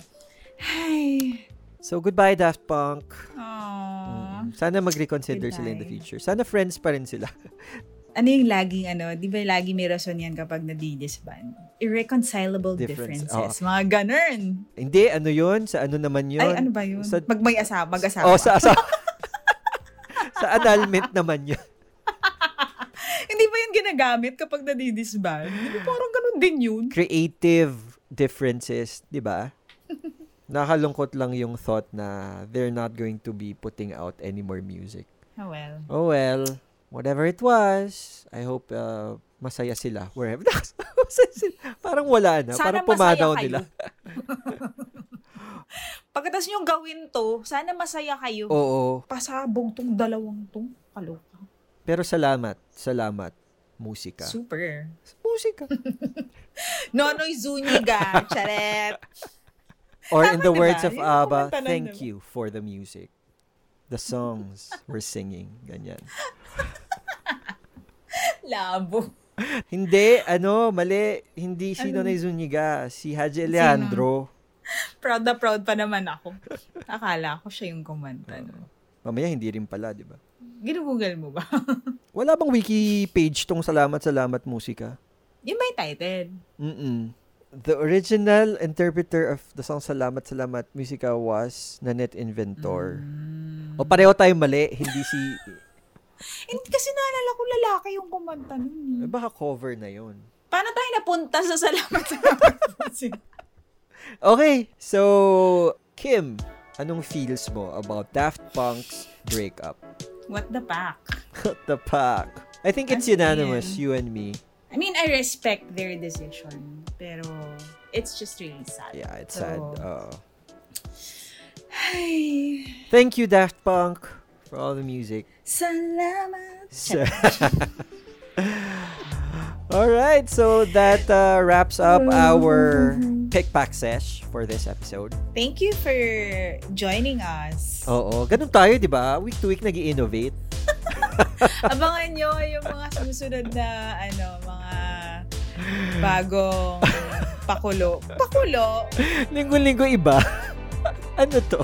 [SPEAKER 2] hi.
[SPEAKER 1] So, goodbye Daft Punk.
[SPEAKER 2] Aww.
[SPEAKER 1] Sana mag-reconsider sila in the
[SPEAKER 2] Ah, Goodbye.
[SPEAKER 1] future. Sana friends pa rin sila. <laughs>
[SPEAKER 2] ano yung laging ano, di ba lagi may rason yan kapag nadi-disband? Irreconcilable
[SPEAKER 1] Difference,
[SPEAKER 2] differences. Mga ganun.
[SPEAKER 1] Hindi, ano yun? Sa ano naman yun?
[SPEAKER 2] Ay, ano ba yun?
[SPEAKER 1] Sa,
[SPEAKER 2] Pag may asawa, mag-asawa.
[SPEAKER 1] oh, sa, <laughs> sa, sa annulment naman yun.
[SPEAKER 2] Hindi ba yun ginagamit kapag nadi-disband? Di ba parang ganun din yun?
[SPEAKER 1] Creative differences, di
[SPEAKER 2] <laughs>
[SPEAKER 1] ba? Nakalungkot lang yung thought na they're not going to be putting out any more music.
[SPEAKER 2] Oh, well.
[SPEAKER 1] Oh well, whatever it was, I hope uh, masaya sila wherever. <laughs> Masaya sila. Parang wala na.
[SPEAKER 2] Sana
[SPEAKER 1] Parang pumanaw
[SPEAKER 2] masaya kayo.
[SPEAKER 1] nila.
[SPEAKER 2] Pagkatapos nyo gawin to, sana masaya kayo.
[SPEAKER 1] <laughs> Oo.
[SPEAKER 2] Pasabog tong dalawang tong kaloka.
[SPEAKER 1] Pero salamat. Salamat. Musika.
[SPEAKER 2] Super. <laughs>
[SPEAKER 1] Musika.
[SPEAKER 2] Nonoy
[SPEAKER 1] <laughs>
[SPEAKER 2] Zuniga, charet.
[SPEAKER 1] Or in
[SPEAKER 2] Tama,
[SPEAKER 1] the
[SPEAKER 2] diba?
[SPEAKER 1] words of
[SPEAKER 2] Yun yung
[SPEAKER 1] ABBA,
[SPEAKER 2] kumanta nun,
[SPEAKER 1] thank
[SPEAKER 2] diba?
[SPEAKER 1] you for the music. The songs we're singing. Ganyan.
[SPEAKER 2] Labo.
[SPEAKER 1] Hindi, ano, mali. Hindi
[SPEAKER 2] Ano?
[SPEAKER 1] si Nonay Zuniga. Si Haji Alejandro.
[SPEAKER 2] Proud na proud pa naman ako. Akala ko siya yung kumanta. no?
[SPEAKER 1] Mamaya hindi rin pala, di ba?
[SPEAKER 2] Ginugugol mo ba? <laughs>
[SPEAKER 1] Wala bang wiki page tong Salamat Salamat Musika?
[SPEAKER 2] Yun ba yung title?
[SPEAKER 1] Mm-mm. The original interpreter of the song Salamat Salamat Musika was Nanette Inventor. O pareho tayong mali. Hindi si... eh,
[SPEAKER 2] Hindi kasi naalala ko lalaki yung kumanta nun. eh.
[SPEAKER 1] Baka cover na yon
[SPEAKER 2] Paano tayo napunta sa <laughs> salamat sa Kapatid?
[SPEAKER 1] Okay, so Kim, anong feels mo about Daft Punk's breakup?
[SPEAKER 2] What the fuck?
[SPEAKER 1] What the fuck? I think it's
[SPEAKER 2] Ano
[SPEAKER 1] unanimous,
[SPEAKER 2] yan?
[SPEAKER 1] you and me.
[SPEAKER 2] I mean, I respect their decision. Pero, it's just really sad.
[SPEAKER 1] Yeah, it's
[SPEAKER 2] So,
[SPEAKER 1] sad. Oo.
[SPEAKER 2] Ay,
[SPEAKER 1] Thank you, Daft Punk, for all the music.
[SPEAKER 2] salamat.
[SPEAKER 1] So- <laughs> all right, so that uh, wraps up our pick pack sesh for this episode.
[SPEAKER 2] Thank you for joining us.
[SPEAKER 1] <laughs> Oo, ganun tayo, di ba? Week to week nag innovate
[SPEAKER 2] Abangan nyo yung mga susunod na, ano, mga bagong pakulo. Pakulo?
[SPEAKER 1] Linggo-linggo iba. <laughs> ano to?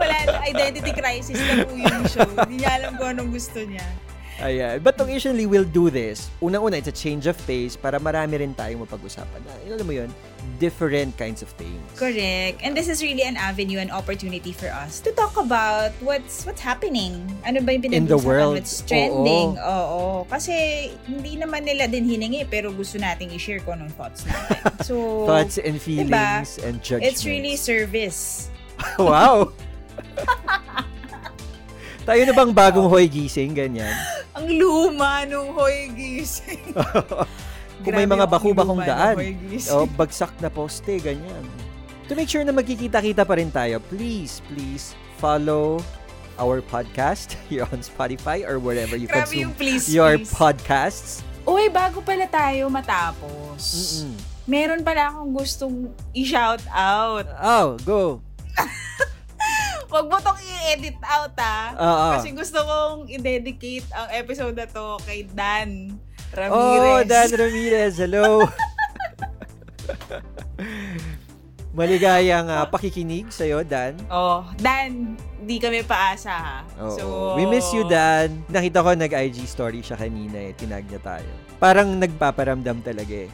[SPEAKER 2] Wala, identity crisis na po yung show. Hindi niya alam kung anong gusto niya.
[SPEAKER 1] Ayan. But occasionally, we'll do this. Unang-una, it's a change of pace para marami rin tayong mapag-usapan. Na, alam mo yun, different kinds of things.
[SPEAKER 2] Correct. And this is really an avenue and opportunity for us to talk about what's what's happening. Ano ba yung
[SPEAKER 1] In
[SPEAKER 2] pinag-uusapan?
[SPEAKER 1] the world.
[SPEAKER 2] What's trending. Oo. Kasi hindi naman nila din hiningi pero gusto nating i-share ko ng
[SPEAKER 1] <laughs>
[SPEAKER 2] thoughts natin. So,
[SPEAKER 1] Thoughts and feelings and judgments.
[SPEAKER 2] it's really service.
[SPEAKER 1] <laughs> wow! Tayo na bang bagong hoy gising? Ganyan.
[SPEAKER 2] Ang luma nung hoy
[SPEAKER 1] <laughs>
[SPEAKER 2] gising.
[SPEAKER 1] Kung may mga baku-bakong daan. O,
[SPEAKER 2] Oh.
[SPEAKER 1] bagsak na poste, ganyan. To make sure na magkikita-kita pa rin tayo, please, please follow our podcast <laughs> here on Spotify or wherever you
[SPEAKER 2] Grabe
[SPEAKER 1] consume
[SPEAKER 2] yung please,
[SPEAKER 1] your
[SPEAKER 2] please.
[SPEAKER 1] podcasts.
[SPEAKER 2] Uy, bago pala tayo matapos.
[SPEAKER 1] Mm-mm.
[SPEAKER 2] Meron pala akong gustong i-shout out.
[SPEAKER 1] Oh, go.
[SPEAKER 2] Huwag mo tong i-edit out ah.
[SPEAKER 1] Oo.
[SPEAKER 2] Kasi gusto kong i-dedicate ang episode na to kay Dan
[SPEAKER 1] Oh,
[SPEAKER 2] Ramirez.
[SPEAKER 1] Dan Ramirez,
[SPEAKER 2] <laughs>
[SPEAKER 1] hello. Maligayang ah, pakikinig sa'yo, Dan.
[SPEAKER 2] Oh, Dan, di kami paasa ha.
[SPEAKER 1] Oo. we miss you, Dan. Nakita ko nag-IG story siya kanina eh. Tinag niya tayo. Parang nagpaparamdam talaga eh.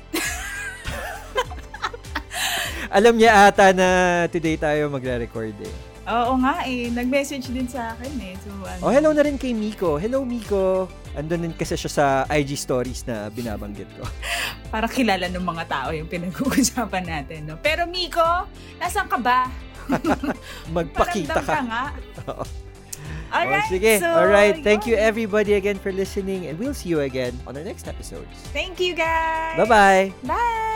[SPEAKER 2] <laughs>
[SPEAKER 1] Alam niya ata na today tayo magre-record eh.
[SPEAKER 2] Oo nga eh, nag-message din sa akin eh. So, ano,
[SPEAKER 1] Oh, hello na rin kay Miko. Hello, Miko. Andun din kasi siya sa IG stories na binabanggit
[SPEAKER 2] <laughs>
[SPEAKER 1] ko.
[SPEAKER 2] Parang kilala ng mga tao yung pinag-uusapan natin. No? Pero Miko, nasan ka ba?
[SPEAKER 1] Magpakita
[SPEAKER 2] Paramdam
[SPEAKER 1] ka.
[SPEAKER 2] nga.
[SPEAKER 1] <laughs> Oo. oh,
[SPEAKER 2] Alright,
[SPEAKER 1] sige.
[SPEAKER 2] so,
[SPEAKER 1] All right. Thank you
[SPEAKER 2] yun.
[SPEAKER 1] everybody again for listening and we'll see you again on our next episodes.
[SPEAKER 2] Thank you guys.
[SPEAKER 1] Bye-bye.
[SPEAKER 2] Bye.